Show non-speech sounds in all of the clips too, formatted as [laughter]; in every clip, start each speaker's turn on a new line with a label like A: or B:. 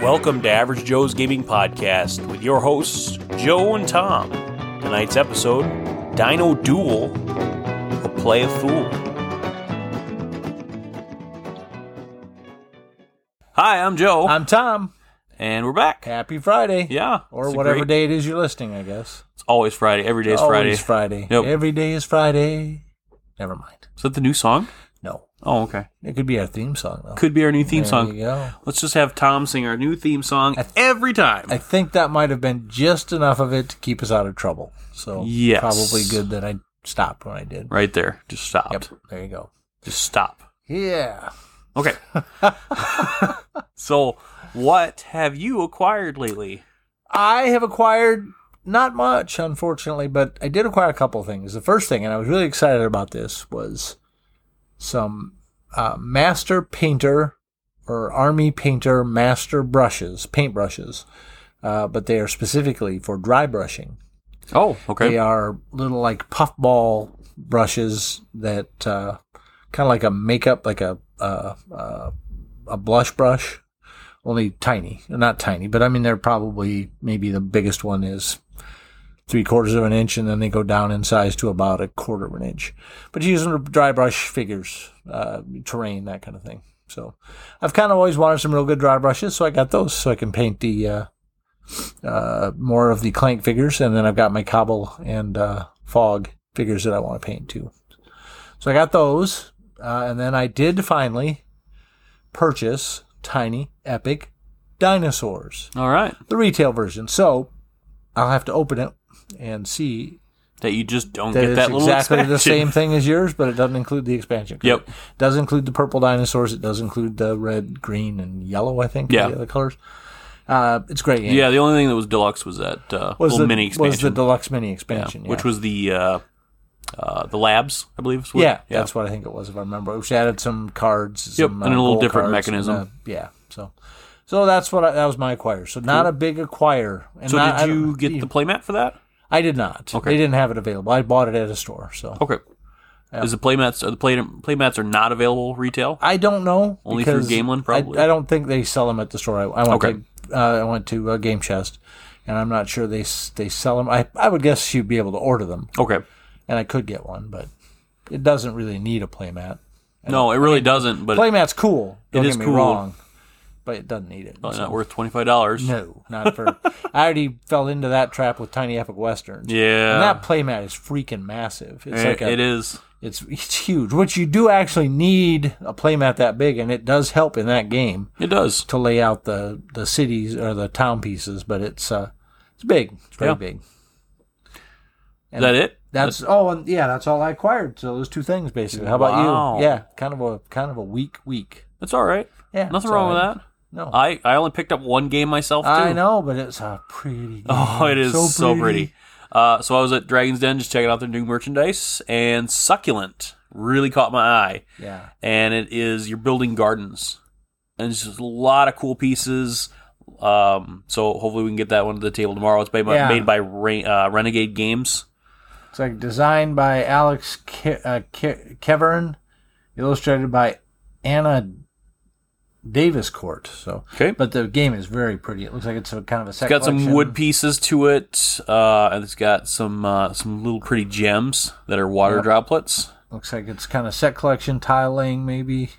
A: Welcome to Average Joe's Gaming Podcast with your hosts, Joe and Tom. Tonight's episode Dino Duel or Play a Fool. Hi, I'm Joe,
B: I'm Tom.
A: and we're back.
B: Happy Friday.
A: Oh. Yeah.
B: Or
A: it's a
B: whatever
A: great-
B: day it is you're listening, I guess.
A: It's always Friday. Every day is Friday.
B: Always Friday.
A: Yep.
B: Every day is Friday. Never mind.
A: Is that the new song?
B: No.
A: Oh, okay.
B: It could be our theme song, though.
A: Could be our new theme
B: Oh. there
A: song.
B: you go.
A: Let's just have Tom sing our new theme song every time.
B: I think that might have been just enough of it to keep us out of trouble. So
A: Yes.
B: probably good that I stopped when I did.
A: right there. Just stop.
B: Yep. There you go.
A: Just stop.
B: Yeah.
A: Okay. [laughs] so, what have you acquired lately?
B: I have acquired not much, unfortunately, but I did acquire a couple things. The first thing, and I was really excited about this, was some uh, master painter or army painter master brushes, paint brushes, uh, but they are specifically for dry brushing.
A: Oh, okay.
B: They are little like puffball brushes that uh, kind of like a makeup, like a uh, uh, a blush brush, only tiny. Not tiny, but I mean they're probably maybe the biggest one is three quarters of an inch, and then they go down in size to about a quarter of an inch. But you use them to dry brush figures, uh, terrain, that kind of thing. So I've kind of always wanted some real good dry brushes, so I got those so I can paint the. Uh, uh, more of the Clank figures, and then I've got my Cobble and uh, Fog figures that I want to paint too. So I got those, uh, and then I did finally purchase Tiny Epic Dinosaurs,
A: All right.
B: the retail version. So I'll have to open it and see
A: That you just don't
B: that
A: get
B: it's
A: that little
B: exactly the
A: expansion.
B: same thing as yours, but it doesn't include the expansion.
A: [laughs] Yep.
B: It does include the purple dinosaurs. It does include the red, green, and yellow. I think. are
A: Yeah.
B: The other colors. Uh, it's a great. game.
A: Yeah, the only thing that was deluxe was that uh,
B: Was
A: little
B: the
A: mini expansion,
B: was the deluxe mini
A: Yeah,
B: expansion, yeah.
A: which was the uh, uh, the labs, I believe. is what-
B: Yeah, that's what I think it was, if I remember. Which added some cards,
A: and
B: some,
A: a little
B: goal
A: different
B: cards, and,
A: mechanism.
B: uh, yeah, so so that's what I, that was my acquire. So not a big acquire. And
A: So
B: not- I
A: did
B: don't- e
A: you get the playmat for that?
B: I did not.
A: Okay.
B: They didn't have it available. I bought it at a store. So
A: Okay. Is the playmats are the play playmats are not available retail?
B: I don't know.
A: Only through
B: because
A: Gamelin,
B: I-
A: probably.
B: I, don't think they sell them at the store. I, I went
A: Okay.
B: to uh, I went to uh, Game Chest, and I'm not sure they s- they sell them. I I would guess you'd be able to order them,
A: Okay.
B: and I could get one, but it doesn't really need a playmat.
A: No, it really doesn't. But
B: Playmat's cool. Don't
A: is
B: get me
A: cool. Oh,
B: wrong, but it doesn't need it.
A: it's not worth twenty five dollars.
B: No, not for. I already [laughs] fell into that trap with Tiny Epic Westerns.
A: Yeah. Eh,
B: And that playmat is freaking massive. It's like a,
A: it is.
B: It's it's huge. Which you do actually need a playmat that big, and it does help in that game
A: It does.
B: to lay out the the cities or the town pieces. But it's uh, it's big. It's very
A: Yeah.
B: big.
A: Is that it?
B: That's oh, and yeah, that's all I acquired. So those two things basically. How about
A: Wow.
B: you? Yeah, kind of a kind of a weak week.
A: That's all right.
B: Yeah, it's
A: Nothing wrong
B: all right.
A: with that.
B: No,
A: I, I only picked up one game myself too.
B: I know, but it's a pretty.
A: [laughs] Oh,
B: game.
A: it is so pretty. Uh, so I was at Dragon's Den just checking out their new merchandise, and succulent really caught my eye.
B: Yeah,
A: And it is you're building gardens, and it's just a lot of cool pieces. Um, so hopefully we can get that one to the table tomorrow. It's made by,
B: Yeah.
A: made by Re- uh, Renegade Games.
B: it's like designed by Alex Ke- uh, Ke- Kevern, illustrated by Anna Davis Court. So,
A: Okay.
B: but the game is very pretty. It looks like it's a kind of a. Set
A: It's got some
B: collection.
A: wood pieces to it, uh, and it's got some uh, some little pretty gems that are water droplets.
B: Looks like it's kind of set collection tiling, maybe.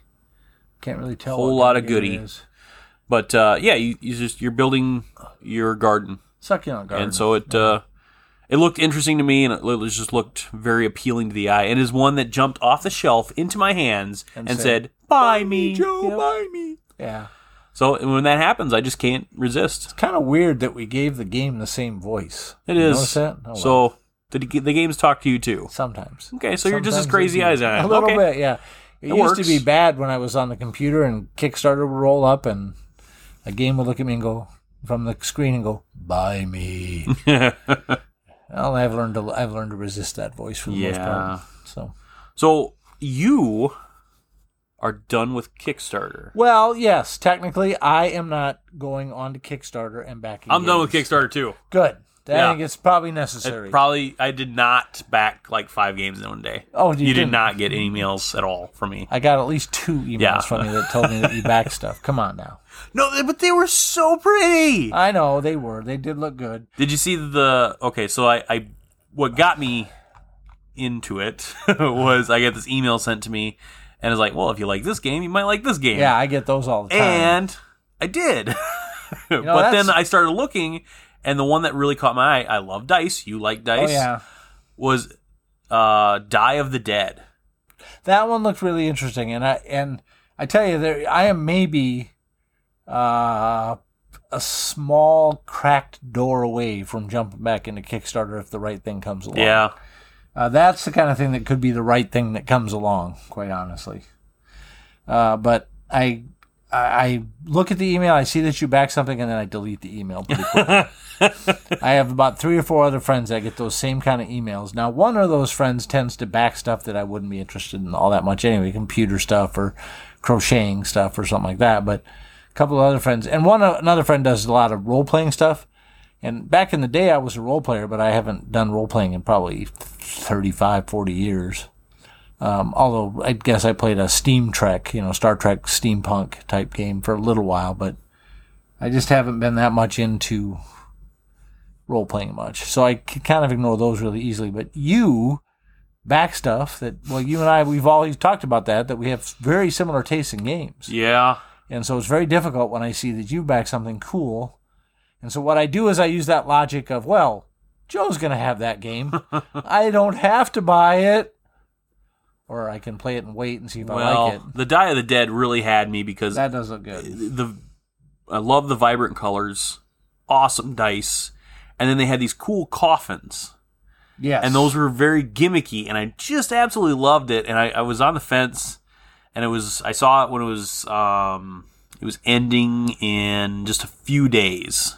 B: Can't really tell.
A: Whole
B: what
A: lot
B: kind
A: of
B: game it
A: goodie.
B: is.
A: But uh, yeah, you, you just you're building your garden.
B: Succulent garden.
A: and so it uh, it looked interesting to me, and it li- just looked very appealing to the eye. It is one that jumped off the shelf into my hands and,
B: And
A: said,
B: said,
A: "Buy me, Joe,
B: Yep.
A: buy me."
B: yeah,
A: So and when that happens, I just can't resist.
B: kind of weird that we gave the game the same voice.
A: It
B: You
A: is
B: notice that? Oh, well.
A: so. The, the games talk to you too. [laughs]
B: Sometimes.
A: Okay, so you're just as
B: Sometimes
A: crazy
B: they do.
A: eyes on it.
B: A little
A: Okay.
B: bit, yeah. It, used
A: works.
B: to be bad when I was on the computer and Kickstarter would roll up and a game would look at me and go from the screen and go,
A: [laughs]
B: "Buy me." well, I've learned to I've learned to resist that voice for the most
A: Yeah.
B: part. So,
A: So you are done with Kickstarter.
B: well, yes, technically, I am not going on to Kickstarter and backing.
A: I'm done with
B: games.
A: Kickstarter too.
B: Good. I
A: Yeah.
B: think it's probably
A: It
B: necessary.
A: probably I did not back like five games in one day.
B: Oh, you
A: you did
B: didn't.
A: not get any meals at all from me.
B: I got at least two emails
A: Yeah.
B: from you that told me that
A: [laughs]
B: you backed stuff. Come on now.
A: No, they- but they were so pretty.
B: I know they were. They did look good.
A: Did you see the okay? So I, I what got me into it [laughs] was I got this email sent to me, and it's like, well, if you like this game, you might like this game.
B: Yeah, I get those all the time.
A: and I did. [laughs]
B: know,
A: but
B: that's-
A: then I started looking, and the one that really caught my eye, I love dice. You like
B: oh
A: dice?
B: yeah,
A: Was uh, Die of the Dead.
B: that one looked really interesting. And I and I tell you, there I am maybe uh, a small cracked door away from jumping back into Kickstarter if the right thing comes along.
A: Yeah.
B: Uh, that's the kind of thing that could be the right thing that comes along, quite honestly. Uh, but I, I, I look at the email, I see that you back something, and then I delete the email. Pretty quick. I have about three or four other friends that get those same kind of emails. Now, one of those friends tends to back stuff that I wouldn't be interested in all that much anyway, computer stuff or crocheting stuff or something like that. But a couple of other friends, and one another friend does a lot of role playing stuff. And back in the day, I was a role player, but I haven't done role playing in probably 35, 40 years. Um, although I guess I played a Steam Trek, you know, Star Trek steampunk type game for a little while, but I just haven't been that much into role playing much. So I can kind of ignore those really easily. But you back stuff that, well, you and I, we've always talked about that, that we have very similar tastes in games.
A: Yeah.
B: And so it's very difficult when I see that you back something cool. And so what I do is I use that logic of, well, Joe's going to have
A: [laughs]
B: that game. I don't have to buy it. Or I can play it and wait and see if
A: Well,
B: I like it.
A: the Die of the Dead really had me because
B: That does look good.
A: the I love the vibrant colors, awesome dice, and then they had these cool coffins.
B: Yes.
A: and those were very gimmicky and i just absolutely loved it and i, I was on the fence and it was i saw it when it was um it was ending in just a few days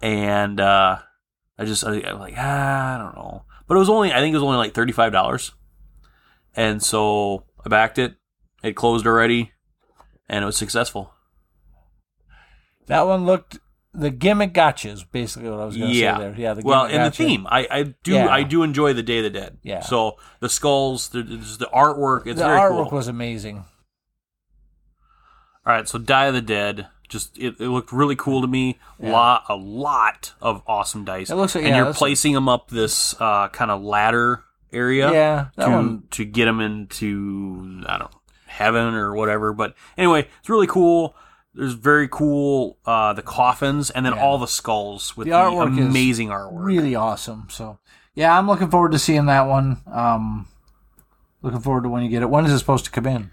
A: and uh i just i, I was like ah, i don't know but it was only i think it was only like $35 and so i backed it it closed already and it was successful
B: That one looked. The gimmick gotcha is basically what I was going to
A: yeah
B: say there. Yeah. The
A: well
B: gimmick
A: and the
B: gotcha.
A: theme i, I do
B: Yeah.
A: i do enjoy the day of the dead
B: Yeah.
A: so the skulls the, the artwork it's
B: the
A: very
B: artwork
A: cool
B: was amazing.
A: All right, so Die of the Dead. Just it, it looked really cool to me. Lot a lot of awesome dice.
B: It looks like-
A: and
B: yeah,
A: you're
B: that's-
A: placing them up this uh, kind of ladder area.
B: Yeah, that
A: to
B: one-
A: to get them into I don't know, heaven or whatever. But anyway, it's really cool. There's very cool uh, the coffins and then all the skulls with
B: The
A: the,
B: artwork is
A: amazing artwork.
B: really awesome. So, yeah, I'm looking forward to seeing that one. Um, looking forward to when you get it. When is it supposed to come in?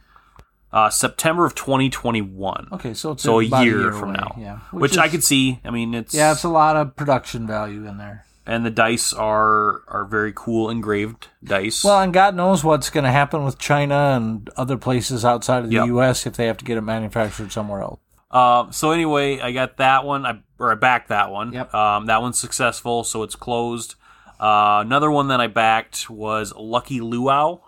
A: uh, September of 2021.
B: Okay, so it's
A: So a
B: about
A: year, from
B: away.
A: now,
B: Yeah,
A: which, I
B: is-
A: could see. I mean, it's
B: Yeah, it's a lot of production value in there.
A: and the dice are are very cool engraved dice.
B: Well, and God knows what's going to happen with China and other places outside of the
A: Yep.
B: U.S. if they have to get it manufactured somewhere else.
A: Uh, so anyway, I got that one. I or I backed that one.
B: Yep.
A: Um, that one's successful, so it's closed. Uh, another one that I backed was Lucky Luau,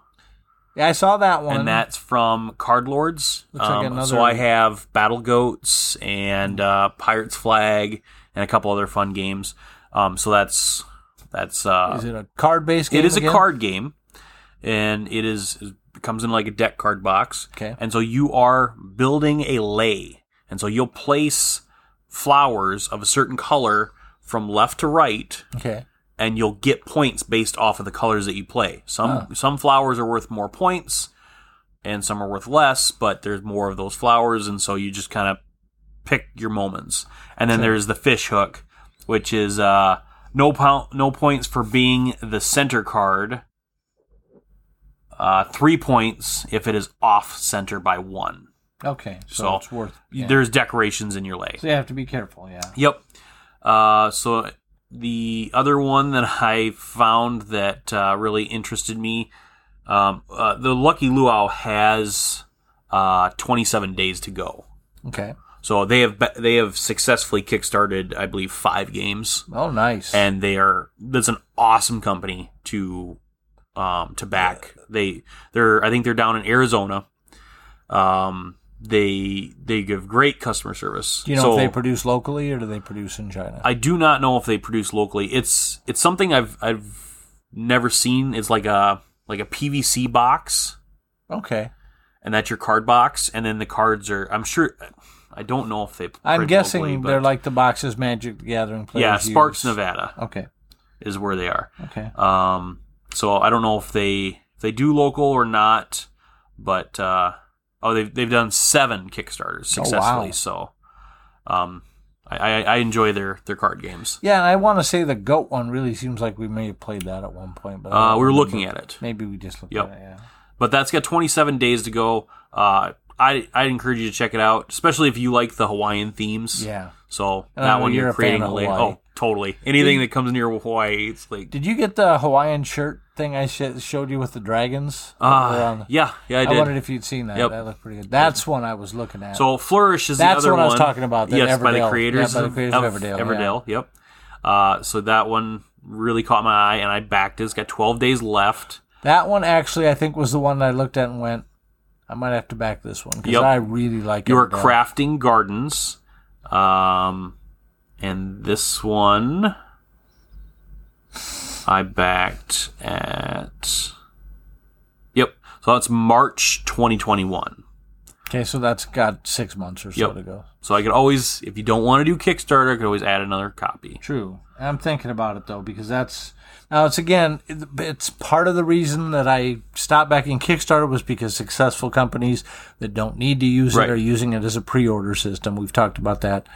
B: Yeah, I saw that one.
A: and that's from Card Lords.
B: Looks like
A: Um,
B: another-
A: So I have Battle Goats and uh, Pirates Flag and a couple other fun games. Um, so that's that's uh,
B: is it a card-based game?
A: it is
B: again?
A: a card game, and it is it comes in like a deck card box.
B: Okay.
A: And so you are building a lay, and so you'll place flowers of a certain color from left to right,
B: Okay.
A: and you'll get points based off of the colors that you play. Some some flowers are worth more points, and some are worth less, but there's more of those flowers, and so you just kind of pick your moments. And then there's the fish hook, which is uh, no po- no points for being the center card. Uh, three points if it is off center by one.
B: Okay. So,
A: So-
B: it's worth.
A: You-
B: Yeah.
A: There's decorations in your lay.
B: So you have to be careful. Yeah.
A: Yep. Uh, so the other one that [laughs] I found that uh, really interested me, um, uh, the Lucky Luau has uh, 27 days to go.
B: Okay.
A: So they have be- they have successfully kickstarted, I believe, five games,
B: Oh, nice.
A: and they are that's an awesome company to um, to back. They they're I think they're down in Arizona, um, they they give great customer service.
B: Do you know
A: So-
B: if they produce locally or do they produce in China?
A: I do not know if they produce locally. It's it's something I've I've never seen. It's like a like a PVC box,
B: okay.
A: and that's your card box, and then the cards are. I'm sure. I don't know if they.
B: I'm
A: print
B: guessing
A: locally, but-
B: they're like the boxes Magic the Gathering players.
A: yeah,
B: use.
A: Sparks, Nevada
B: Okay.
A: is where they are.
B: Okay.
A: Um, so I don't know if they if they do local or not, but uh, oh, they've they've done seven Kickstarters
B: Oh, wow.
A: successfully. So, um, I, I I enjoy their their card games.
B: Yeah, and I want to say the goat one really seems like we may have played that at one point, but I
A: Uh,
B: don't
A: we were
B: remember.
A: looking at it.
B: Maybe we just looked
A: Yep.
B: at it. Yeah.
A: but that's got 27 days to go. Uh, I I encourage you to check it out, especially if you like the Hawaiian themes.
B: Yeah.
A: So
B: And I
A: that
B: know
A: one
B: you're
A: you're
B: a fan
A: creating
B: of
A: a link.
B: Hawaii.
A: Oh, totally. Anything that comes near Hawaii, it's like.
B: Did you get the Hawaiian shirt thing I sh- showed you with the dragons? That were on
A: Uh,
B: the-
A: yeah, yeah, I
B: I,
A: did.
B: wondered if you'd seen that.
A: Yep.
B: That looked pretty good. That's one I was looking at.
A: so Flourish is
B: That's
A: the other
B: what
A: one.
B: I was talking about, that
A: yes, by
B: Everdale.
A: the
B: Yeah,
A: creators,
B: by the creators of Everdale,
A: Everdale.
B: yeah.
A: Yep. Uh, so that one really caught my eye, and I backed it. It's got 12 days left.
B: that one actually, I think, was the one I looked at and went, I might have to back this one because
A: Yep.
B: I really like
A: You are
B: Everdale.
A: crafting gardens. Um, and this one I backed at. Yep. So that's March 2021.
B: Okay, so that's got six months or so
A: Yep.
B: to go.
A: So I could always, if you don't want to do Kickstarter, I could always add another copy.
B: True. I'm thinking about it though because that's now it's again it- it's part of the reason that I stopped backing Kickstarter was because successful companies that don't need to use
A: Right.
B: it are using it as a pre-order system. We've talked about that.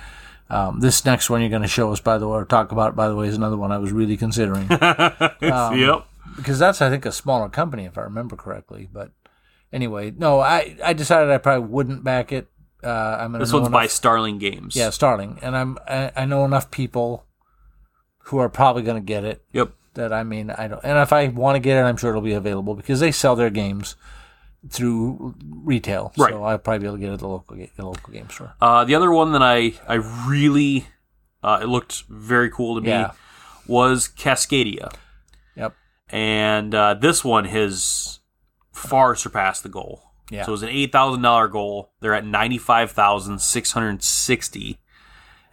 B: Um, this next one you're going to show us, by the way, or talk about, by the way, is another one I was really considering
A: [laughs]
B: Um,
A: yep.
B: because that's I think a smaller company if I remember correctly. But anyway, no, I I decided I probably wouldn't back it. Uh, I'm gonna
A: This
B: know
A: one's
B: enough-
A: by Starling Games.
B: yeah, Starling, and I'm I, I know enough people who are probably going to get it
A: Yep.
B: that I mean I don't. And if I want to get it, I'm sure it'll be available because they sell their games through retail.
A: Right.
B: So I'll probably be able to get it at the local ga- the local game store.
A: Uh, the other one that I, I really, uh, it looked very cool to me
B: Yeah.
A: was Cascadia.
B: Yep.
A: and uh, this one has far surpassed the goal.
B: Yeah.
A: So it was an eight thousand dollar goal. They're at ninety five thousand six hundred sixty,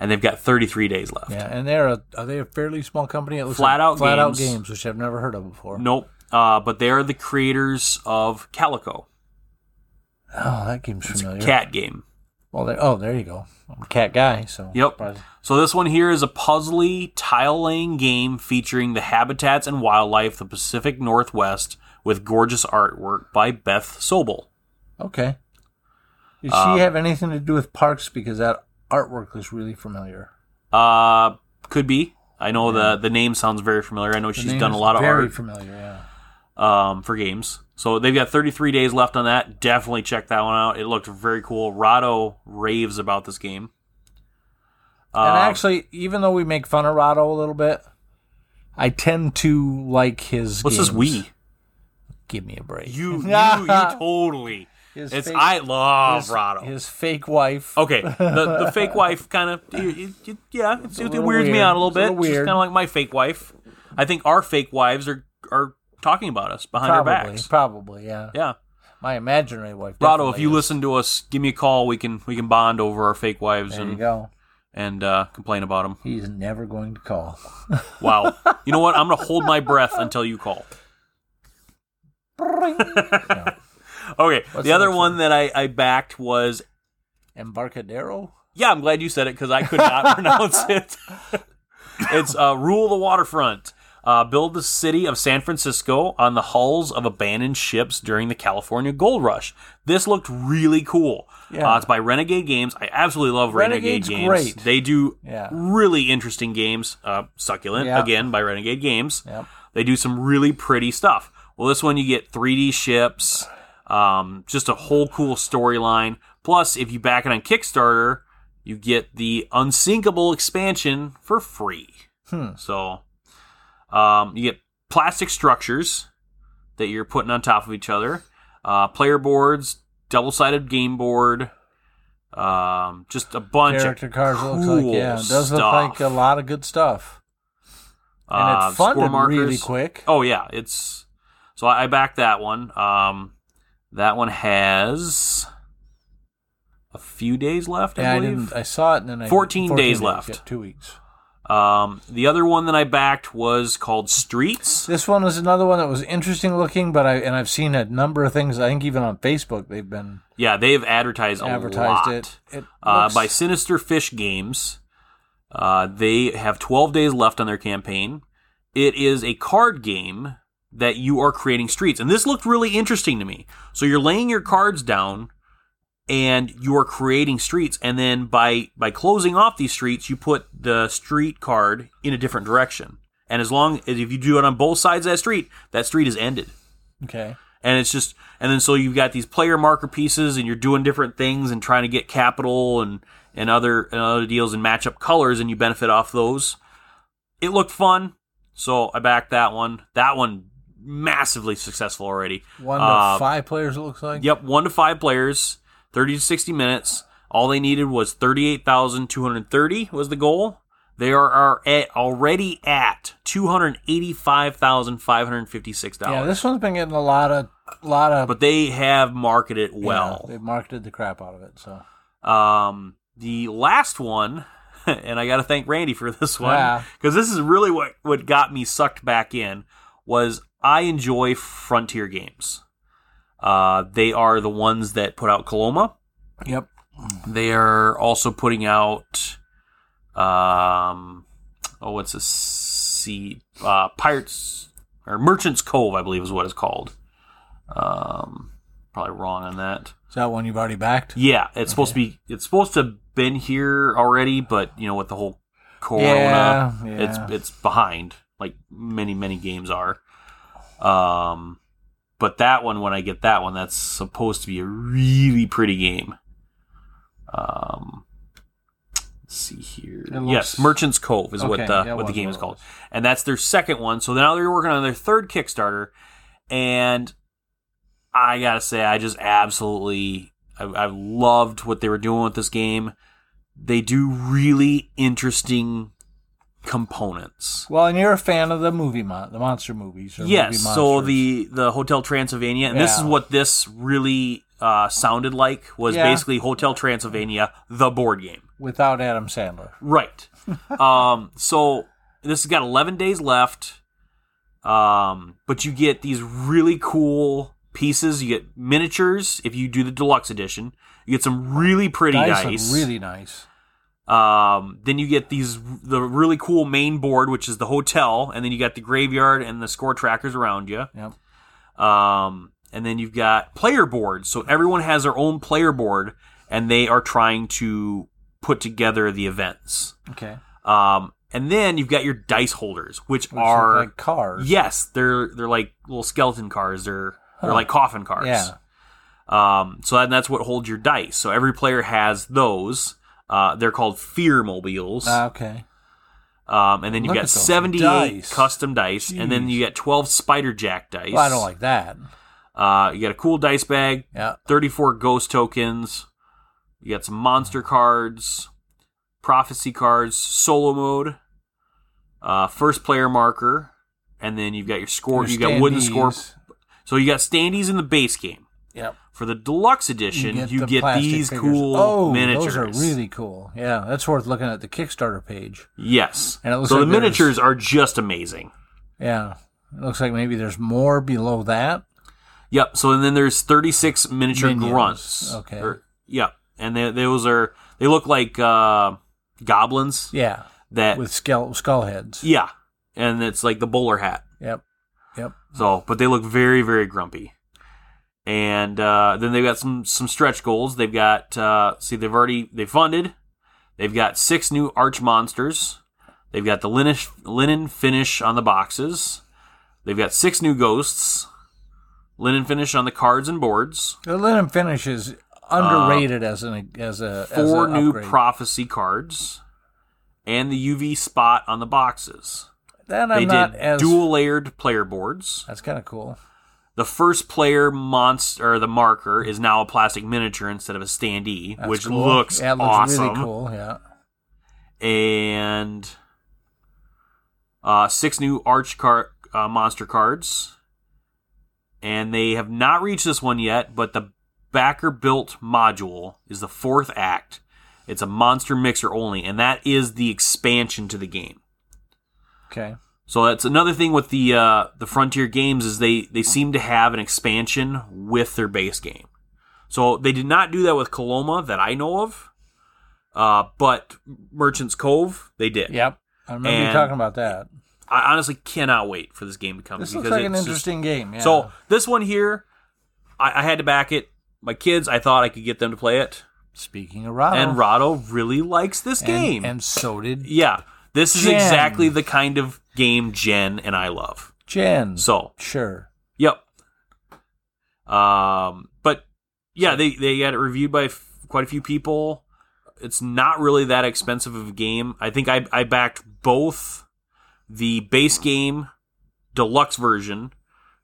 A: and they've got thirty three days left.
B: Yeah, and they're a are they a fairly small company? It looks
A: Flat
B: like
A: Out
B: flat out
A: Games.
B: games, which I've never heard of before.
A: Nope. Uh, but they are the creators of Calico,
B: Oh, that game's familiar.
A: cat game.
B: Well, there, oh, there you go. I'm a cat guy. So
A: Yep.
B: probably-
A: So this one here is a puzzly tile laying game featuring the habitats and wildlife of the Pacific Northwest with gorgeous artwork by Beth Sobel.
B: Okay. Did
A: Um,
B: she have anything to do with parks? Because that artwork looks really familiar.
A: Uh, could be. I know the the name sounds very familiar. I know
B: The
A: she's
B: name
A: done a
B: is
A: lot of
B: very
A: art.
B: familiar. Yeah.
A: um, for games. So they've got 33 days left on that. Definitely check that one out. It looked very cool. Rado raves about this game.
B: and
A: Um,
B: actually, even though we make fun of Rado a little bit, I tend to like his.
A: what's this?
B: games.
A: We
B: Give me a break.
A: [laughs] you you you
B: [laughs]
A: totally.
B: His
A: it's
B: fake-
A: I love
B: his,
A: Rado. Oh,
B: His fake wife.
A: okay, the
B: [laughs]
A: the fake wife kind of yeah, it's, it,
B: little
A: weirds me
B: weird.
A: out a little
B: It's a little
A: bit. She's
B: weird.
A: kind of like my fake wife. I think our fake wives are are talking about us behind our
B: probably,
A: backs.
B: probably, yeah.
A: Yeah,
B: My imaginary
A: Rado,
B: wife.
A: if
B: definitely
A: you
B: is.
A: listen to us, give me a call. We can we can bond over our fake wives
B: there
A: and
B: you go.
A: and uh, complain about them.
B: He's never going to call.
A: Wow. You know what? I'm going to hold my breath until you call.
B: [laughs]
A: Okay. the other
B: next
A: one that I, I backed was,
B: Embarcadero.
A: yeah, I'm glad you said it because I could not [laughs] pronounce it. it's uh, Rule the Waterfront. Uh, build the city of San Francisco on the hulls of abandoned ships during the California Gold Rush. This looked really cool.
B: Yeah.
A: Uh, it's by Renegade Games. I absolutely love Renegade
B: Renegade's
A: Games.
B: great.
A: They do
B: Yeah.
A: really interesting games. Uh, Succulent,
B: Yeah.
A: again, by Renegade Games.
B: Yep.
A: They do some really pretty stuff. Well, this one you get 3D ships, um, just a whole cool storyline. Plus, if you back it on Kickstarter, you get the unsinkable expansion for free.
B: Hmm.
A: So, um, you get plastic structures that you're putting on top of each other, uh, player boards, double sided game board, um, just a bunch
B: Character
A: of
B: cards
A: cool
B: looks like yeah, it does look
A: stuff.
B: like a lot of good stuff, and
A: Uh,
B: it's funded
A: score
B: really
A: markers.
B: quick.
A: Oh yeah, it's so I, I backed that one. Um, that one has a few days left. I
B: Yeah, I
A: believe.
B: didn't. I saw it and then I
A: 14 days left.
B: yeah, two weeks.
A: Um, the other one that I backed was called Streets.
B: This one was another one that was interesting looking, but I and I've seen a number of things. I think even on Facebook they've been
A: Yeah, they've advertised a
B: advertised
A: lot.
B: it. It
A: uh,
B: looks-
A: by Sinister Fish Games. Uh, they have 12 days left on their campaign. It is a card game that you are creating streets. And this looked really interesting to me. So you're laying your cards down and you are creating streets and then by by closing off these streets you put the street card in a different direction. And as long as if you do it on both sides of that street, that street is ended
B: okay.
A: and it's just and then so you've got these player marker pieces and you're doing different things and trying to get capital and and other and other deals and match up colors and you benefit off those it looked fun so i backed that one that one massively successful already
B: One
A: Uh,
B: to five players. It looks like.
A: yep one to five players 30 to 60 minutes all they needed was 38230 was the goal they are, are at, already at $285,556.
B: Yeah, this one's been getting a lot of lot of.
A: but they have marketed it
B: yeah,
A: well.
B: they marketed the crap out of it. So
A: Um, the last one, [laughs] and I got to thank Randy for this one
B: Yeah.
A: because this is really what what got me sucked back in was I enjoy Frontier games. Uh, they are the ones that put out Coloma.
B: yep.
A: They are also putting out, um, oh, what's a sea uh, pirates or Merchants Cove, I believe is what it's called. Um, probably wrong on that.
B: Is that one you've already backed?
A: Yeah, it's supposed to be. It's supposed to have been here already, but you know, with the whole Corona,
B: Yeah, yeah.
A: it's it's behind. Like many many games are. Um, but that one, when I get that one, that's supposed to be a really pretty game. Um, let's see here.
B: It looks-
A: yes, Merchants Cove is what
B: Okay,
A: the
B: yeah,
A: what the
B: what-
A: game is
B: what-
A: called, and that's their second one. So now they're working on their third Kickstarter, and I gotta say, I just absolutely I, I loved what they were doing with this game. They do really interesting components.
B: Well, and you're a fan of the movie mon- the monster movies. Or
A: Yes,
B: movie
A: so
B: monsters.
A: the the Hotel Transylvania, and this is
B: Yeah.
A: what this really uh, sounded like was
B: Yeah.
A: basically Hotel Transylvania, the board game.
B: without Adam Sandler. [laughs]
A: Right. um, so this has got 11 days left. Um, but you get these really cool pieces. You get miniatures if you do the deluxe edition. You get some really pretty
B: Dice
A: dice.
B: look really nice.
A: um, then you get these the really cool main board, which is the hotel, and then you got the graveyard and the score trackers around you.
B: Yep.
A: Um, and then you've got player boards. So everyone has their own player board, and they are trying to put together the events.
B: Okay.
A: Um, and then you've got your dice holders, which,
B: Which look
A: are
B: like cars.
A: yes, they're they're like little skeleton cars. They're they're
B: Huh.
A: like coffin cars.
B: Yeah.
A: Um, so that, that's what holds your dice. So every player has those. Uh, they're called fear mobiles.
B: Ah, okay.
A: um, and then you've
B: look
A: got
B: at those
A: 78
B: dice.
A: custom dice, and then
B: Jeez.
A: you got 12 spider jack dice.
B: Well, I don't like that.
A: Uh, you got a cool dice bag,
B: Yeah.
A: 34 ghost tokens. You got some monster cards, prophecy cards, solo mode, uh, first player marker, and then you've got your score.
B: Your
A: you got wooden score.
B: standees.
A: So you got standees in the base game.
B: Yep.
A: For the deluxe edition, you get,
B: the plastic
A: these
B: figures.
A: cool
B: oh,
A: miniatures.
B: Those are really cool. Yeah, that's worth looking at the Kickstarter page.
A: yes.
B: And it looks
A: so
B: like
A: the
B: there's-
A: miniatures are just amazing.
B: Yeah. It looks like maybe there's more below that.
A: Yep. So and then there's 36 miniature
B: Minions.
A: grunts.
B: Okay.
A: Or- yep. And they, those are they look like uh, goblins
B: Yeah.
A: that
B: With skull skull heads.
A: Yeah, and it's like the bowler hat.
B: Yep. Yep.
A: So, but they look very, very grumpy. And uh, then they've got some some stretch goals. They've got uh, see they've already they funded. They've got six new arch monsters. They've got the linen linen finish on the boxes. They've got six new ghosts. Linen finish on the cards and boards.
B: The Linen Finish is underrated as an as a as
A: Four
B: a
A: new
B: upgrade.
A: prophecy cards, and the UV spot on the boxes.
B: That
A: they
B: I'm not
A: did
B: as
A: dual layered player boards.
B: That's kind of cool.
A: The first player monster, or the marker, is now a plastic miniature instead of a standee,
B: That's
A: which
B: cool.
A: looks,
B: yeah, it looks
A: awesome.
B: really cool. Yeah.
A: And uh, six new arch car- uh, monster cards. And they have not reached this one yet, but the backer built module is the fourth act. It's a monster mixer only, and that is the expansion to the game.
B: Okay.
A: So that's another thing with the uh, the Frontier games is they they seem to have an expansion with their base game. So they did not do that with Coloma that I know of, uh, but Merchant's Cove they did.
B: Yep. I remember you
A: And-
B: talking about that.
A: I honestly cannot wait for this game to come.
B: This
A: because
B: looks like an
A: it's just-
B: interesting game. Yeah.
A: So this one here, I, I had to back it. My kids, I thought I could get them to play it,
B: speaking of Rado,
A: and Rado really likes this
B: and-
A: game.
B: and so did
A: yeah, this is
B: Jen.
A: exactly the kind of game Jen and I love.
B: Jen.
A: So
B: sure.
A: Yep. Um, but yeah, they they got it reviewed by f- quite a few people. It's not really that expensive of a game. I think I I backed both the base game, deluxe version,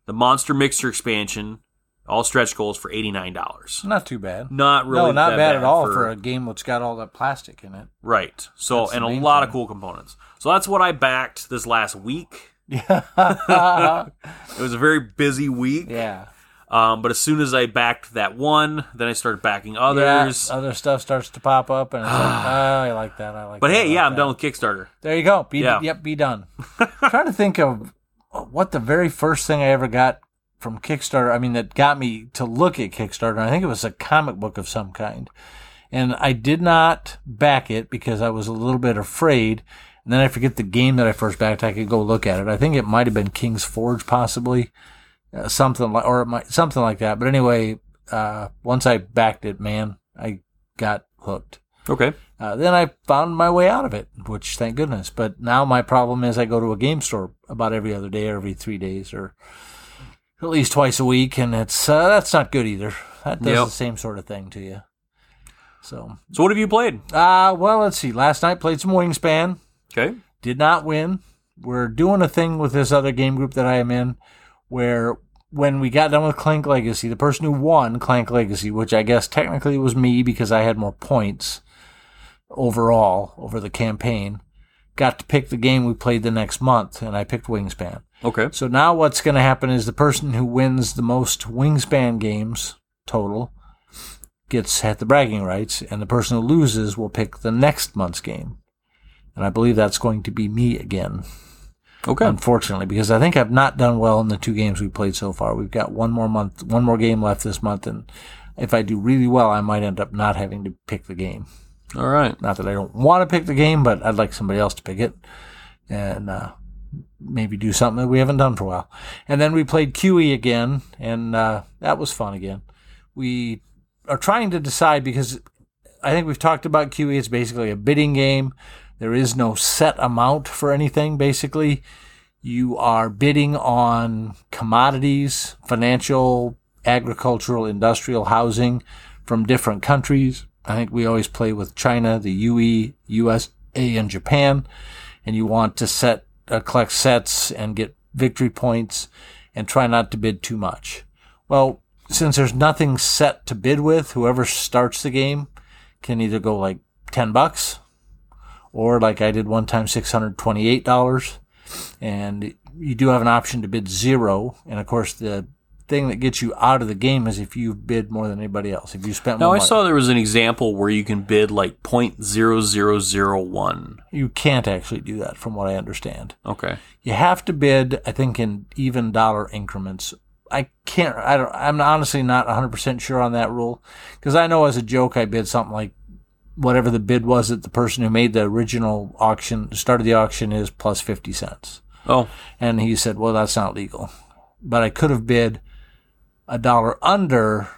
A: the Monster Mixer expansion, all stretch goals for eighty nine dollars.
B: Not too bad.
A: Not really,
B: no, not
A: that
B: bad, at all for, a game that's got all that
A: [laughs]
B: plastic in it. [laughs]
A: right. So
B: That's the
A: and a
B: main
A: lot of
B: thing.
A: cool components. So that's what I backed this last week.
B: Yeah.
A: It was a very busy week.
B: yeah.
A: Um, but as soon as I backed that one, then I started backing others.
B: Yeah, other stuff starts to pop up, and it's like,
A: [sighs]
B: oh, I like that. I like.
A: but
B: that, I
A: hey,
B: like
A: yeah, I'm
B: that."
A: done with Kickstarter.
B: There you go. Be,
A: Yeah.
B: Yep, be done. [laughs] trying to think of what the very first thing I ever got from Kickstarter, I mean, that got me to look at Kickstarter. I think it was a comic book of some kind. And I did not back it because I was a little bit afraid. And then I forget the game that I first backed. I could go look at it. I think it might have been King's Forge, possibly uh, something like, or it might, something like that. But anyway, uh, once I backed it, man, I got hooked.
A: Okay.
B: Uh, then I found my way out of it, which thank goodness. But now my problem is I go to a game store about every other day or every three days or at least twice a week, and it's uh, that's not good either. That does
A: Yep.
B: the same sort of thing to you. So,
A: So what have you played?
B: uh, well, let's see. Last night played some Wingspan,
A: Okay.
B: did not win. We're doing a thing with this other game group that I am in where when we got done with Clank Legacy, the person who won Clank Legacy, which I guess technically was me because I had more points overall over the campaign, got to pick the game we played the next month, and I picked Wingspan.
A: Okay.
B: So now what's going to happen is the person who wins the most Wingspan games total gets had the bragging rights, and the person who loses will pick the next month's game. And I believe that's going to be me again
A: Okay.
B: unfortunately, because I think I've not done well in the two games we played so far. We've got one more month, one more game left this month, and if I do really well, I might end up not having to pick the game.
A: All right.
B: Not that I don't want to pick the game, but I'd like somebody else to pick it and uh, maybe do something that we haven't done for a while. And then we played QE again, and uh, that was fun again. We are trying to decide because I think we've talked about QE. It's basically a bidding game. There is no set amount for anything, basically. You are bidding on commodities, financial, agricultural, industrial, housing from different countries. I think we always play with China, the E, UE, USA, and Japan. And you want to set, uh, collect sets and get victory points and try not to bid too much. Well, since there's nothing set to bid with, whoever starts the game can either go like 10 bucks or like I did one time $628 and you do have an option to bid zero and of course the thing that gets you out of the game is if you bid more than anybody else if you spent
A: Now
B: more
A: I
B: money.
A: saw there was an example where you can bid like point zero zero zero one.
B: you can't actually do that from what I understand
A: Okay.
B: you have to bid i think in even dollar increments i can't i don't i'm honestly not 100% sure on that rule because i know as a joke i bid something like whatever the bid was that the person who made the original auction started the auction is plus 50 cents
A: Oh.
B: and he said well that's not legal but i could have bid a dollar under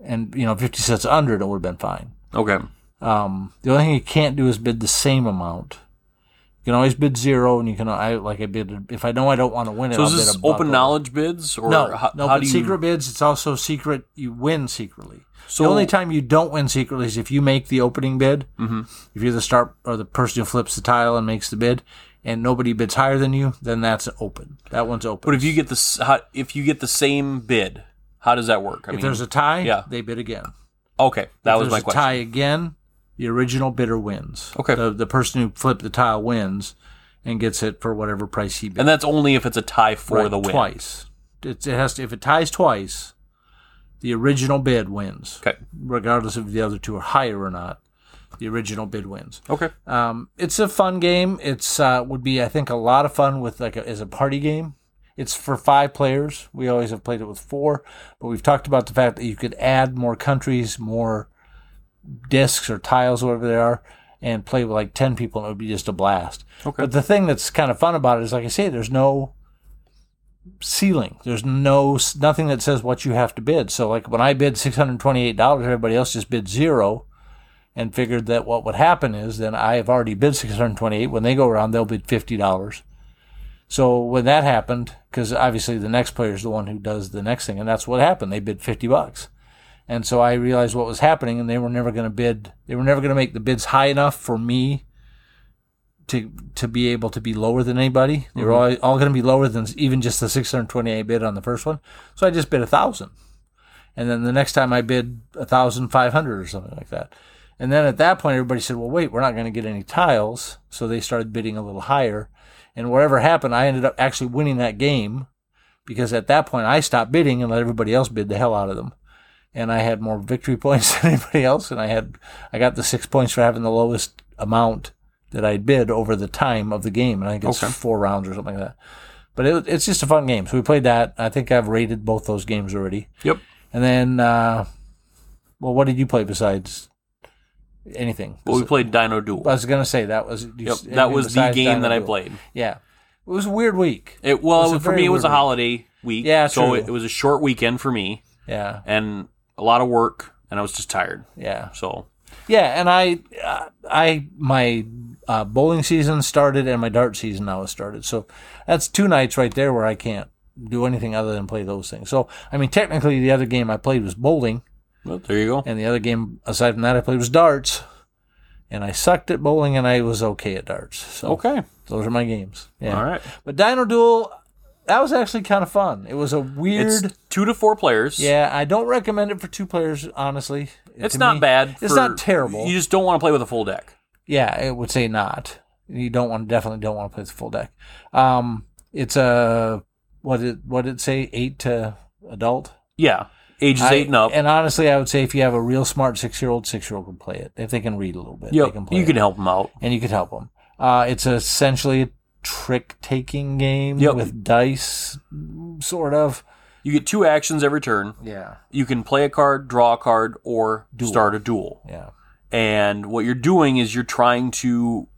B: and you know 50 cents under it would have been fine
A: Okay.
B: um, the only thing you can't do is bid the same amount. You can always bid zero, and you can I like I bid if I know I don't want to win it.
A: So
B: I'll
A: is
B: bid
A: this
B: a buck
A: open
B: over.
A: knowledge bids or
B: No,
A: how,
B: no,
A: how
B: but
A: do you?
B: secret bids. It's also secret. You win secretly.
A: So-
B: the only time you don't win secretly is if you make the opening bid. Mm-hmm. If you're the start or the person who flips the tile and makes the bid, and nobody bids higher than you, then that's open. That one's open.
A: But if you get the s- how, if you get the same bid, how does that work? I
B: if there's a tie,
A: yeah.
B: they bid again.
A: okay, that was
B: there's
A: my
B: a
A: question.
B: tie again, the original bidder wins.
A: Okay.
B: The, the person who flipped the tile wins and gets it for whatever price he bid.
A: And that's only if it's a tie for
B: Right,
A: the win.
B: Twice. It, it has to, if it ties twice, the original bid wins.
A: Okay.
B: Regardless if the other two are higher or not, the original bid wins.
A: Okay.
B: Um, it's a fun game. It's uh, would be I think a lot of fun with like a, as a party game. It's for five players. We always have played it with four, but we've talked about the fact that you could add more countries, more discs or tiles, whatever they are, and play with like ten people, and it would be just a blast.
A: Okay.
B: But the thing that's kind of fun about it is, like I say, there's no ceiling. There's no nothing that says what you have to bid. So like when I bid six hundred twenty-eight dollars, everybody else just bid zero, and figured that what would happen is then I have already bid six hundred twenty-eight. When they go around, they'll bid fifty dollars. So when that happened, because obviously the next player is the one who does the next thing, and that's what happened. They bid fifty bucks. And so I realized what was happening, and they were never going to bid. They were never going to make the bids high enough for me to to be able to be lower than anybody. They were all, all going to be lower than even just the 628 bid on the first one. So I just bid a thousand, and then the next time I bid a thousand five hundred or something like that. And then at that point, everybody said, "Well, wait, we're not going to get any tiles," so they started bidding a little higher. And whatever happened, I ended up actually winning that game because at that point I stopped bidding and let everybody else bid the hell out of them. And I had more victory [laughs] points than anybody else, and I had I got the six points for having the lowest amount that I bid over the time of the game, and I think it's
A: Okay.
B: four rounds or something like that. But it, it's just a fun game. So we played that. I think I've rated both those games already.
A: Yep.
B: And then, uh, well, what did you play besides anything?
A: Well, we played Dino
B: I
A: Duel.
B: was gonna say that was you
A: Yep.
B: s-
A: That was the
B: besides
A: game
B: Dino
A: that I
B: Duel.
A: played.
B: Yeah, it was a weird week.
A: It well,
B: It was a
A: for
B: very
A: me, it was a
B: weird week.
A: holiday week.
B: Yeah,
A: so
B: true.
A: it, it was a short weekend for me,
B: Yeah,
A: and a lot of work, and I was just tired.
B: yeah,
A: So
B: yeah. And I, uh, I my uh, bowling season started and my dart season now has started. So that's two nights right there where I can't do anything other than play those things. So I mean, technically, the other game I played was bowling,
A: well, there you go.
B: and the other game aside from that I played was darts. And I sucked at bowling, and I was okay at darts. So
A: Okay.
B: those are my games. Yeah.
A: All right.
B: But Dino Duel, that was actually kind of fun. It was a weird.
A: It's two to four players.
B: yeah, I don't recommend it for two players, honestly.
A: It's
B: To
A: not
B: me-
A: bad.
B: It's
A: for-
B: not terrible.
A: You just don't want to play with a full deck.
B: yeah, I would say not. You don't want definitely don't want to play the full deck. Um, it's a what did what did it say eight to adult
A: Yeah. Ages
B: I-
A: eight and up.
B: And honestly, I would say if you have a real smart six year old, six year old can play it if they can read a little bit.
A: yep.
B: they can play
A: You
B: it.
A: can help them out.
B: and you could help them. Uh, it's essentially a trick taking game
A: Yep.
B: with dice, sort of.
A: You get two actions every turn.
B: Yeah.
A: You can play a card, draw a card, or start a duel.
B: Yeah.
A: And what you're doing is you're trying to